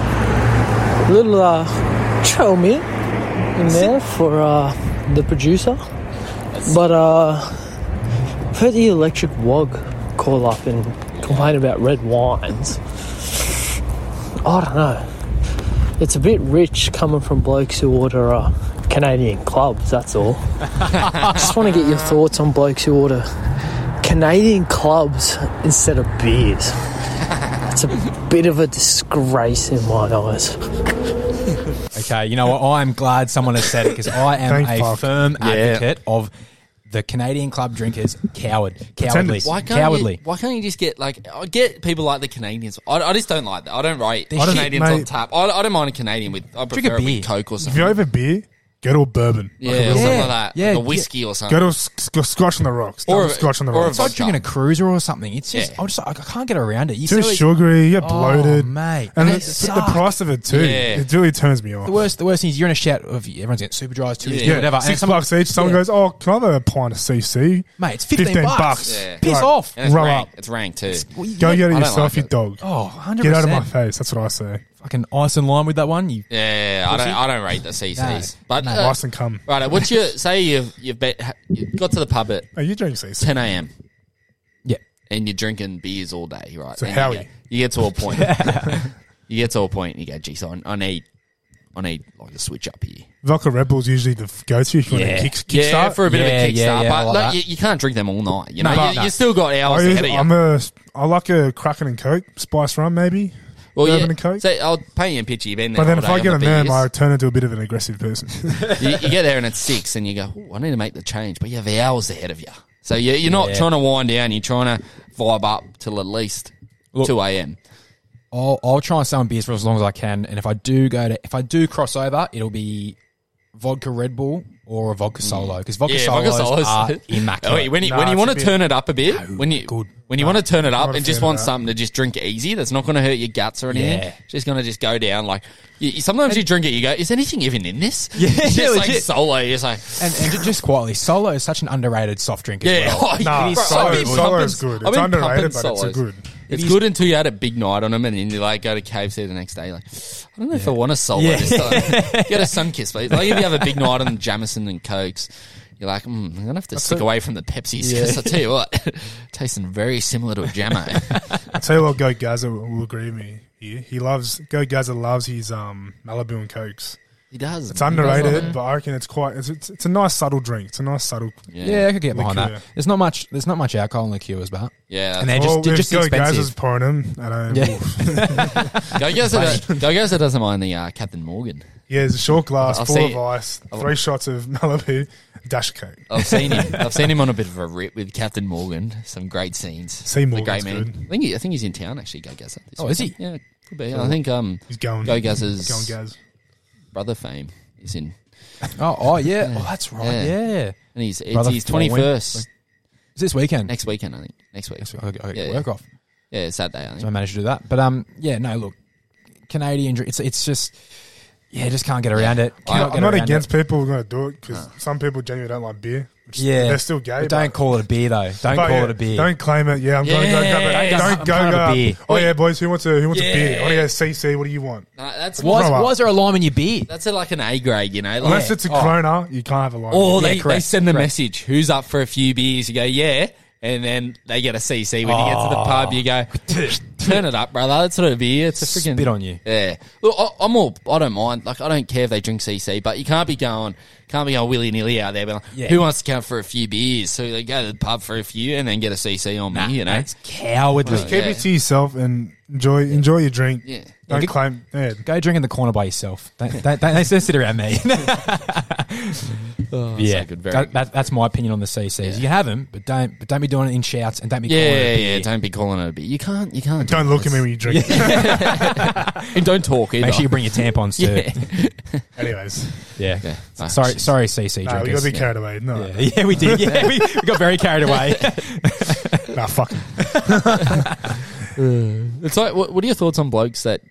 D: Little uh, trail mint in there for uh, the producer, but uh, I've heard the electric wog call up and complain about red wines. I don't know. It's a bit rich coming from blokes who order uh, Canadian clubs. That's all just want to get your thoughts on blokes who order Canadian clubs instead of beers. It's a bit of a disgrace in my eyes.
C: Okay, you know what? I'm glad someone has said it because I am
B: Thank
C: a
B: fuck.
C: firm advocate of the Canadian club drinkers coward, cowardly,
A: Why can't
C: cowardly.
A: You, why can't you just get like I get people like the Canadians. I, I just don't like that. I don't rate
C: I don't-
A: Canadians
B: mate.
A: on tap. I, I don't mind a Canadian with I
C: Drink a
A: prefer it
C: beer.
A: with Coke or
B: If
A: something.
B: you're over beer, go to a bourbon.
A: Yeah,
B: Like a
A: or
B: real-
A: something
C: Yeah,
A: like that.
C: yeah,
A: like a
C: yeah.
A: whiskey or
B: Go
A: something.
B: to a sc- sc- Scotch on the Rocks.
A: Or
B: Or
A: a-
B: Scotch on the
A: or a
B: Rocks.
C: it's like drinking a cruiser or something. It's just
A: Yeah.
C: I just I can't get around it. You
B: Too
C: see these-
B: sugary. You get
C: Oh,
B: bloated.
C: mate,
B: And
C: they
B: the, the
C: suck.
B: price of it too.
A: Yeah.
B: It really turns me off.
C: The worst, the worst thing is you're in a shout of everyone's getting super dries, two
A: Yeah.
C: whatever.
B: Six
C: someone-
B: bucks each. Someone
C: Yeah.
B: goes, "Oh, can I have a pint of CC?"
C: mate, it's fifteen, bucks.
A: Yeah.
C: Piss
B: Right.
C: off.
A: and it's
B: Roll
A: rank.
B: up.
A: It's rank too.
C: Well, you
B: Go
C: get-
B: get
A: I
B: it
A: don't
B: yourself,
A: like
B: you
A: it.
B: dog.
C: Oh, 100
B: Get out of my face. That's what I say.
C: Fucking ice and lime with that one. You
A: Yeah, I don't. I don't rate the CCs. But
C: No.
A: uh,
B: Nice and come.
A: right, what's your say? You've you've, bet, you got to the pub at
B: Hey, you drink CC.
A: ten a.m.
C: yeah.
A: and you're drinking beers all day, right?
B: So
A: And
B: how
A: you
B: are
A: get, you get to a point, you get to a point, and you go, "Geez, I, I need, I need like a switch up here."
B: Vodka Red Bull's usually the f- go-to if you
C: Yeah.
B: want to kick, kickstart.
A: Yeah, for a bit
C: Yeah,
A: of a kickstart,
C: yeah, yeah, I
A: but
C: like
A: like,
C: that.
A: you, you can't drink them all night. You know,
C: No,
A: you,
C: no.
A: you still got
B: I
A: hours ahead of
B: usually,
A: you.
B: I'm a, I like a Kraken and Coke, Spice Rum maybe.
A: well,
B: bourbon and Coke.
A: So I'll pay you in picture. You've been there
B: But then
A: all
B: if
A: day
B: I get
A: on
B: in
A: the
B: there,
A: beers.
B: I turn into a bit of an aggressive person.
A: you, you get there and it's six, and you go, "Ooh, I need to make the change, but you have hours ahead of you. So you, you're not
C: Yeah.
A: trying to wind down. You're trying to vibe up till at least
C: Look-
A: two a.m.
C: I'll I'll try and stay on beers for as long as I can, and if I do go to if I do cross over, it'll be vodka Red Bull or a vodka solo because vodka,
A: Mm. Yeah,
C: solos
A: vodka solos.
C: are
A: Oh, wait,
C: immaculate.
A: when you,
B: Nah,
A: when you
B: it's
A: want
B: a
A: to
B: bit-
A: turn it up a bit, when you
C: good.
A: when you want to turn it up
B: not a
A: and just
B: fan of
A: want
B: that.
A: something to just drink it easy, that's not going to hurt your guts or anything.
C: Yeah.
A: It's just going to just go down. Like you, you- sometimes you drink it, you go, "Is anything even in this?"
C: Yeah,
A: It's
C: yeah,
A: just like
C: legit.
A: solo. It's like,
C: and, and ju- just quietly, solo is such an underrated soft drink. As
A: yeah,
C: well.
A: oh,
B: Nah,
A: bro,
B: solo-
A: I've been
B: solo
A: pumping-
B: is good.
A: I've
B: It's
A: been pumping
B: underrated, but it's a
A: solos.
B: good.
A: It's good until you had a big night on them, and then you like go to KFC the next day. Like, I don't know if I want a solo. This time. Get a sun kiss, please. Like if you have a big night on Jamison and Cokes, you're like, mm, I'm gonna have to stick away from the Pepsis because I tell you what, tasting very similar to a Jamo.
B: I tell you what, Go Gaza will, will agree with me here. He loves Go Gaza loves his um Malibu and Cokes.
A: he does.
B: It's underrated, but I reckon it's quite. It's, it's it's a nice subtle drink. It's a nice subtle.
C: Yeah, I could get behind
B: Liqueur.
C: that. There's not much. There's not much alcohol in liqueurs, but
A: Yeah,
C: and they're
B: Oh,
C: just they're
B: with
C: just
B: Go Gaza's
C: expensive.
B: pouring him at home.
C: Yeah.
B: Yeah,
A: Go Gazer Go Gazer doesn't mind the uh, Captain Morgan.
B: yeah it's a short glass,
A: I'll
B: full
A: say-
B: of ice, three shots of Malibu, dash of Coke.
A: I've seen him. I've seen him on a bit of a rip with Captain Morgan. Some great scenes.
B: See
A: The
B: Morgan's
A: great man.
B: good.
A: I think he, I think he's in town actually. Go Gazer. this
C: Oh, is
A: weekend.
C: he?
A: Yeah, could be. I think um,
B: He's going.
A: Go
B: He's going
A: Gazer's
B: Gaz.
A: brother fame is in,
C: Oh, oh yeah. Oh, that's right.
A: Yeah.
C: Yeah.
A: and he's it's
C: Brother
A: his twenty
C: Thorwin?
A: first
C: It's this weekend.
A: next weekend. I think next week.
C: I, I
A: Yeah,
C: work off.
A: Yeah, Saturday. I
C: So I
A: think.
C: managed to do that. But um, yeah. No, look, Canadian. dr- It's it's just yeah. Just can't get around it. Cannot
B: I'm
C: get
B: not
C: around
B: against
C: It.
B: people who are going to do it because some people genuinely don't like beer. Which
C: Yeah,
B: they're still gay.
C: But don't call it a beer though. Don't
B: but
C: call
B: yeah,
C: it a beer.
B: Don't claim it. Yeah, I'm going to go.
A: Yeah,
B: grab it.
A: yeah,
B: don't
C: I'm
B: go.
C: kind of a
B: grab-
C: beer.
B: Oh yeah, boys, who wants a who wants
A: Yeah.
B: a beer? I want to go CC. What do you want?
A: Nah, that's
C: Why is,
B: Grow up.
C: why is there a lime in your beer?
A: that's a, like an A grade, you know. Like,
B: Unless it's a
C: Oh.
B: Corona, you can't have a line.
A: or
C: Yeah,
A: they, they
C: correct,
A: send the
C: correct.
A: message, "Who's up for a few beers?" You go, "Yeah," and then they get a CC when you get to the pub. You go, "Turn it up, brother. That's not a beer. It's a freaking
C: Ah. Spit on you.
A: Yeah. Look, I, I'm all. I don't mind. Like, I don't care if they drink CC, but you can't be going, can't be going willy nilly out there. But like,
C: Yeah.
A: who wants to count for a few beers? So they go to the pub for a few and then get a CC on me. You know,
C: That's cowardly.
A: Just
B: Keep
A: Yeah.
B: it to yourself and enjoy enjoy your drink.
A: Yeah.
B: Don't
C: Yeah,
B: claim. Yeah.
C: Go drink in the corner by yourself. Don't, don't, don't, don't sit around me. yeah,
A: so Oh, good, very
C: That-
A: good.
C: that- that's my opinion on the CCs. You can have them, but don't but don't be doing it in shouts and don't be
A: yeah,
C: calling it
A: yeah,
C: a beer.
A: yeah. Don't be calling it a beer. You can't. You can't.
B: Don't
A: do
B: look at me
A: this.
B: when you drink.
A: and don't talk either.
C: Make sure you bring your tampons too.
B: Anyways,
C: Yeah.
A: Yeah. Ah,
C: Sorry,
A: shit.
C: sorry, CC
B: nah, we got
C: drinkers.
B: to be carried away. No,
C: yeah. yeah, we did. Yeah, we, we got very carried away.
B: nah, fuck. it.
A: It's like, what, what are your thoughts on blokes that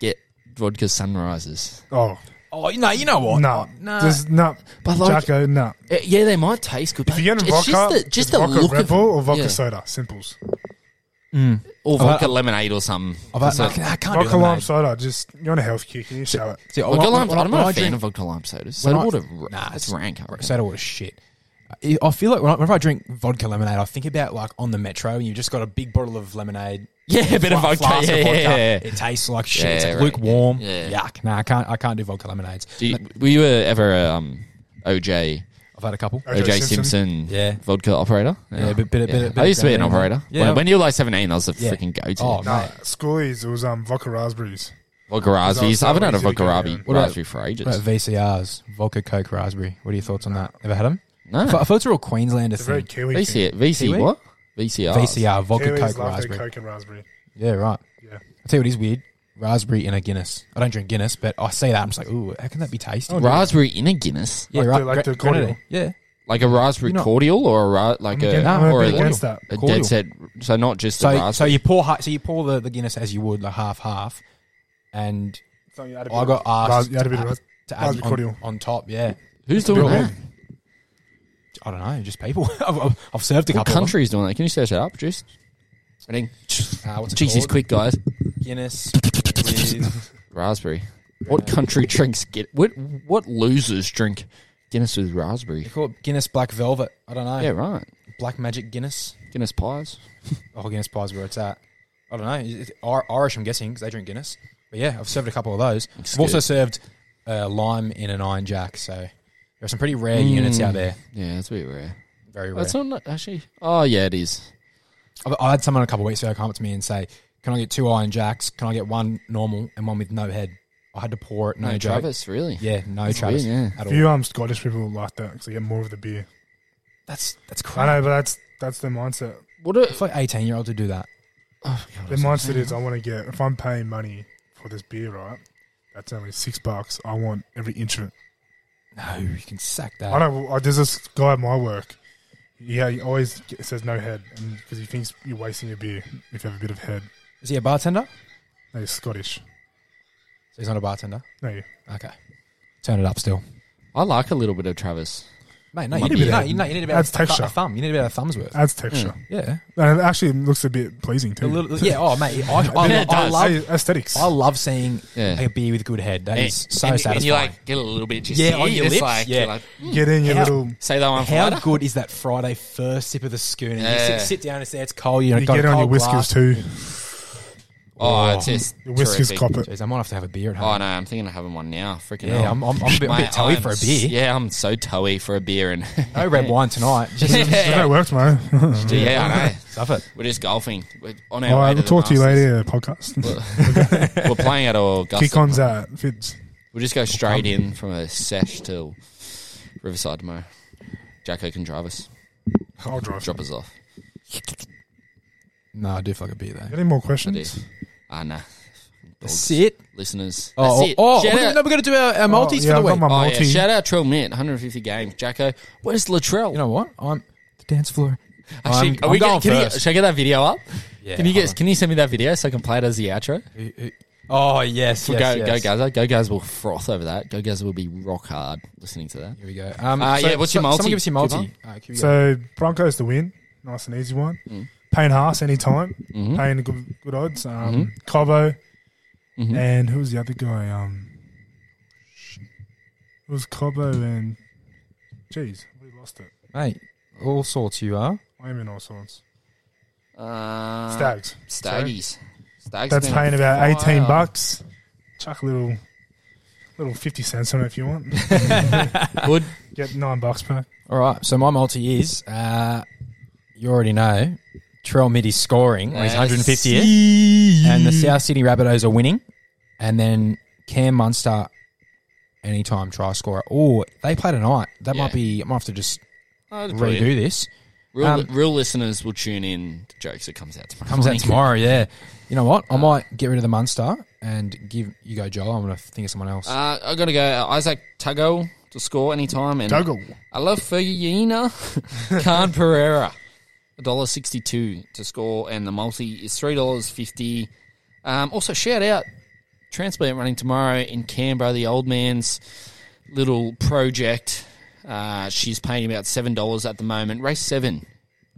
A: get vodka sunrises?
B: Oh
C: oh, no, you know what?
B: no,
C: no.
B: There's no.
A: But like-
B: Jacko, no.
A: Uh, yeah, they might taste good.
B: If you get in
A: it's
B: vodka,
A: just the, just the
B: vodka
A: look
B: Red
A: of
B: Bull or vodka
A: yeah.
B: soda, simples.
A: or
C: I've had-
A: vodka lemonade or something.
C: I've had-
A: It's like-
C: I can't- I can't do
B: Vodka
C: that,
B: lime
C: mate.
B: soda, just you're on a health kick and you show it.
C: See,
A: vodka
C: when-
A: lime.
C: when I-
A: I'm
C: when
A: not
C: I
A: a fan
C: drink-
A: of vodka lime sodas.
C: when
A: Soda
C: I-
A: water,
C: Nah,
A: it's
C: it's-
A: rank. I reckon.
C: soda water shit. I I feel like when I- whenever I drink vodka lemonade, I think about like on the metro, and you've just got a big bottle of lemonade.
A: Yeah, a bit of vodka.
C: fla- flask
A: Yeah,
C: of
A: yeah,
C: vodka.
A: yeah.
C: It tastes like shit. it's
A: Yeah,
C: like
A: right.
C: lukewarm.
A: Yeah.
C: Yuck. Nah, I can't. I can't do vodka lemonades.
A: Do you, were you a- ever a, um, OJ
C: I've had a couple.
B: OJ
A: OJ Simpson,
B: Simpson.
C: Yeah.
A: vodka operator?
C: Yeah, a bit- bit- bit- bit
A: I used to be an
C: of gravy.
A: operator.
C: Yeah.
A: When, when you were like 17, I was a
C: Yeah.
A: freaking go-to.
C: Oh,
B: Nah,
C: mate.
B: schoolies, it was um vodka raspberries.
A: Vodka raspberries.
B: so
A: I haven't had a
B: easy to
A: vodka
B: get
A: raspberry,
B: around.
C: What about-
A: raspberry for ages.
C: What about VCRs, vodka, coke, raspberry. What are your thoughts on that? Ever had them?
A: No.
C: I thought, I thought it's a real Queenslander
B: It's a very
C: thing.
B: Kiwi thing.
A: VC, VC
C: Kiwi?
A: what? VCR.
C: VCR, vodka,
B: Kiwis
C: coke,
B: love their
C: raspberry.
B: Coke and raspberry.
C: Yeah, right.
B: Yeah.
C: I tell you what is weird: raspberry in a Guinness. I don't drink Guinness, but I see that I'm just like, ooh, how can that be
B: Oh,
C: tasty?
A: Raspberry in a Guinness,
C: Yeah,
B: Like
C: right.
B: the- like
C: Gra-
B: the cordial.
C: grenadine. Yeah.
A: like a raspberry
C: You're not-
A: cordial or a ra- like a,
B: I'm
C: Nah,
B: I'm
A: or
B: a
A: a,
B: bit
C: cordial.
B: against that.
A: a
C: Cordial.
A: dead set. So not just the
C: So, so
A: raspberry.
C: you pour ha- so you pour the, the Guinness as you would like half half, and
B: So you add a
A: Oh,
B: bit
C: I got
B: of-
C: asked
B: You had a bit
C: to,
B: of
C: add,
B: ras-
C: to add
B: raspberry
C: on,
B: cordial.
C: on top. Yeah,
A: Who's doing
C: Bill
A: that?
C: I don't know, just people. I've, I've- I've served a
A: What
C: couple.
A: country is doing that? Can you search that up, Juice? I think.
C: Of them. Uh, what's it
A: Jeez, he's
C: called?
A: quick, guys.
C: Guinness. with-
A: Raspberry. What country drinks get? What what losers drink Guinness with raspberry?
C: they call it Guinness Black Velvet. I don't know.
A: Yeah, right.
C: Black Magic Guinness.
A: Guinness pies.
C: Oh, Guinness Pie's where it's at. I don't know. It's it's Ir- Irish, I'm guessing, because they drink Guinness. But yeah, I've served a couple of those. I've also
A: good.
C: served uh, lime in an iron jack. So there are some pretty rare units out there.
A: Yeah, that's a bit rare.
C: Very rare.
A: Mm. That's not actually. Oh yeah, it is.
C: I- I had someone a couple of weeks ago come up to me and say, "Can I get two iron jacks? Can I get one normal and one with no head?" I had to pour it. No,
A: No,
C: joke.
A: Travis, really.
C: Yeah, no
A: That's
C: Travis
A: weird, yeah.
C: at all.
B: Few um Scottish people like that because they get more of the beer.
C: that's that's
B: I
C: crazy.
B: know, but that's that's their mindset.
A: What? A,
C: It's like eighteen year old to do that.
A: Oh,
B: Their mindset is, I want to get. If I'm paying money for this beer, right? That's only six bucks. I want every inch of it.
C: No, you can sack that.
B: I know. I, there's this guy at my work. Yeah, he always g- says no head because he thinks you're wasting your beer if you have a bit of head.
C: Is he a bartender?
B: No, he's Scottish.
C: So he's not a bartender.
B: No, you-
C: Okay. Turn it up still.
A: I like a little bit of Travis.
C: Mate, no,
A: Might
C: you
A: be
C: need, no,
B: that.
C: you, no, you need about
B: That's
C: a, th-
B: texture. Uh,
C: a thumb. You need about a thumb's worth.
B: adds texture.
C: Yeah.
B: And it actually looks a bit pleasing too.
C: Hmm. A little, yeah, oh, mate. I, I,
A: Yeah, it
C: I
A: does.
C: love
B: Hey, aesthetics.
C: I love seeing
A: Yeah.
C: a beer with good head. That is so satisfying.
A: you like get a little bit just
C: Yeah,
A: here,
C: on your
A: just
C: lips,
A: Like,
C: yeah.
A: you're like,
B: Get in your
C: How-
B: little.
A: say that one for
C: How
A: later.
C: good is that Friday first sip of the schooner? You
A: Yeah.
C: sit, sit down and say it's cold. You, know,
B: You
C: got
B: get it
C: a
B: on
C: cold
B: your whiskers
C: glass.
B: too.
A: Oh,
C: Oh.
A: it's just
B: Your whiskers
A: terrific.
B: cop it.
C: Jeez, I might have to have a beer at
A: Oh
C: home.
A: no, I'm thinking of having one now. Freaking
C: yeah,
A: hell.
C: I'm, I'm, I'm a bit,
A: Mate,
C: bit toey
A: I'm
C: for a
A: s-
C: beer. Mm-hmm.
A: Yeah, I'm so toey for a beer and
C: No red wine tonight. Just
B: That
A: yeah,
B: worked, man. All
A: yeah, I know.
C: stuff it.
A: We're just golfing. We're on our way
B: right,
A: to
B: we'll
A: the
B: talk to you
A: Masters.
B: later. Podcast.
A: We're playing at Augusta.
B: Kick on's out. Fits.
A: We'll just go straight in from a sesh till Riverside tomorrow. Jacko can drive us,
B: I'll drive.
A: drop us off.
C: No, I do feel like a beer though.
B: Any more
A: I do.
B: questions?
A: Ah, nah.
C: That's it.
A: Listeners.
C: Oh,
A: That's it.
C: oh,
A: shout
C: we-
A: out.
C: no, we're gonna do our, our multis
B: Oh, yeah,
C: for the
B: I've
C: week.
B: got my
A: Oh, yeah.
B: multi.
A: Shout out Trill Mint, 150 games. Jacko, where's Latrell?
C: you know what? I'm the dance floor.
A: Actually,
C: I'm,
A: are
C: I'm
A: we
C: going
A: get, can you-
C: first.
A: should I get that video up?
C: Yeah,
A: can you
C: hold
A: get?
C: on.
A: Can you send me that video so I can play it as the outro?
C: Oh yes,
A: We'll
C: yes,
A: go,
C: yes.
A: go Gaza. Go Gaza will froth over that. Go Gaza will be rock hard listening to that.
C: Here we go. Um,
A: Uh, yeah, what's your multi?
C: Someone give us your multi.
A: Good
C: Alright, here we go.
B: So Broncos to win, nice and easy one. Payne Haas anytime,
A: Mm-hmm.
B: paying good, good odds. Um, Cobo,
A: Mm-hmm.
B: and who was the other guy? Um, it was Cobo and jeez, we lost it.
C: Mate, all sorts you are.
B: I am in all sorts.
A: Uh,
B: Stags.
A: Staggies. Stags.
B: That's
A: been
B: paying
A: on
B: about
A: fire.
B: eighteen bucks. Chuck a little, little fifty cents on it if you want.
A: Good.
B: Get nine bucks back.
C: All right. So my multi is uh, you already know Terrell Middy's scoring on his
A: Yes.
C: 150th, and the South Sydney Rabbitohs are winning, and then Cam Munster anytime try scorer. Oh, they play tonight. That
A: Yeah.
C: might be. I might have to just
A: Oh, that's brilliant.
C: redo this.
A: Real,
C: Um,
A: real listeners will tune in to jokes that comes out tomorrow.
C: Comes out
A: morning.
C: tomorrow. Yeah. You know
A: Uh,
C: what? I might get rid of the Munster and give you go Joel. I'm gonna think of someone else.
A: Uh, I gotta go. uh, Isaac Tuggle to score anytime, and
B: Juggle.
A: I love Fuyina Khan Pereira, a dollar sixty-two to score, and the multi is three dollars fifty. Um, also, shout out transplant running tomorrow in Canberra, the old man's little project. Uh, she's paying about seven dollars at the moment. Race seven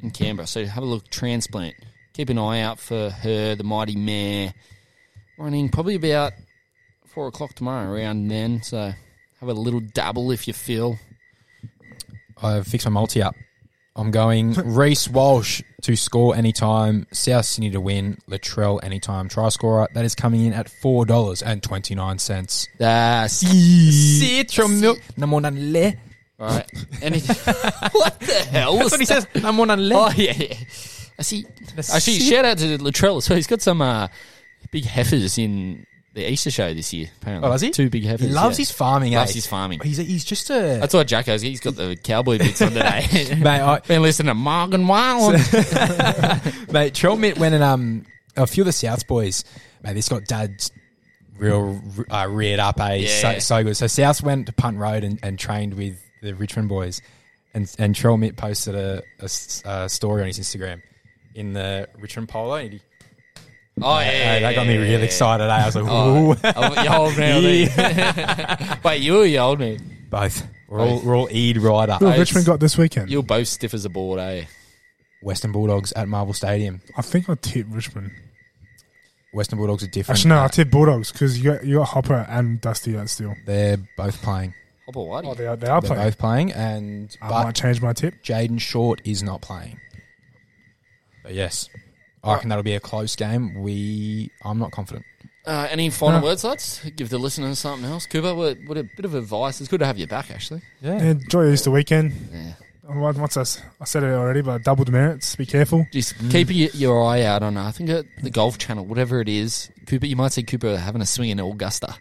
A: in Canberra, so have a look. Transplant. Keep an eye out for her, the mighty mare, running probably about four o'clock tomorrow around then. So have a little dabble if you feel.
C: I've fixed my multi up. I'm going Reese Walsh to score anytime, South Sydney to win, Latrell anytime try scorer. That is coming in at four dollars and twenty nine cents.
A: That's
C: Citron milk number one le.
A: All right. Any- what the hell?
C: That's what he says. Number one
A: Oh
C: le.
A: yeah, yeah. I see.
C: That's
A: Actually,
C: sick.
A: shout out to Latrell as well. He's got some uh, big heifers in the Easter show this year. Apparently,
C: Oh, does he?
A: Two big heifers.
C: He loves
A: yeah.
C: his farming.
A: Loves
C: eh?
A: his farming.
C: He's, he's just a
A: That's why Jacko's. He's got the cowboy boots on today.
C: mate. I,
A: Been listening to Morgan Wallen.
C: mate, Trell Mitt went and um a few of the Souths boys. Mate, this got dad's real uh, reared up. Eh?
A: Yeah.
C: So, so good. So South went to Punt Road and, and trained with the Richmond boys, and and Trell Mitt posted a, a s- a story on his Instagram in the Richmond polo. And he,
A: Oh yeah,
C: hey, that got me really excited. Eh? I was like,
A: Oh,
C: Ooh.
A: oh, you old man. Wait, you or you old man?
C: both. We're all, we're all Eid right up.
B: Who
A: it's-
B: have Richmond got this weekend?
A: You're both stiff as a board, eh?
C: Western Bulldogs at Marvel Stadium.
B: I think I tipped Richmond.
C: Western Bulldogs are different.
B: Actually, no, I
C: Uh,
B: tipped Bulldogs because you got, you got Hopper and Dusty out still.
C: they're both playing.
A: Hopper Whitey.
B: Oh, they are, they are
C: They're
B: playing.
C: both playing, and
B: I
C: but
B: might change my tip.
C: Jaden Short is not playing. But yes, I reckon that'll be a close game. We, I'm not confident.
A: Uh, any final
B: No.
A: words, lads? Give the listeners something else. Cooper, what, what a bit of advice. It's good to have you back, actually.
C: Yeah,
B: Enjoy Easter weekend.
A: Yeah.
B: Oh, what- What's this? I said it already, but double demerits. Be careful.
A: Just keep y- your eye out on, uh, I think, uh, the Golf Channel, whatever it is. Cooper, you might see Cooper having a swing in Augusta.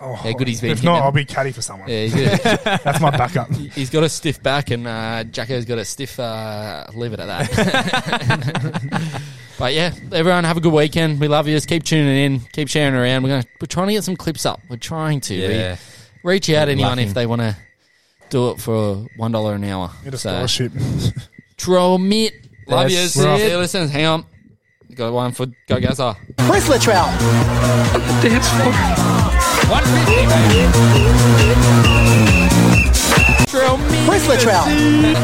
B: Oh,
A: Yeah, good he's been
B: If not,
A: hitting.
B: I'll be caddy for someone.
A: Yeah, he's got,
B: That's my backup.
A: he's got a stiff back, and uh, Jacko's got a stiff. Uh, leave it at that. but yeah, everyone have a good weekend. We love you. Just keep tuning in. Keep sharing around. We're gonna we're trying to get some clips up. We're trying to. We-
C: yeah.
A: reach out anyone
C: Lacking.
A: if they want to do it for one dollar an hour.
B: Get a
A: So
B: scholarship.
A: draw meat. Love you.
C: That's
A: See
B: it.
A: you. Listen, hang on. Got one for go Gaza.
D: Where's Latrell?
A: One fifty, man. Draw meat.
D: Where's Latrell?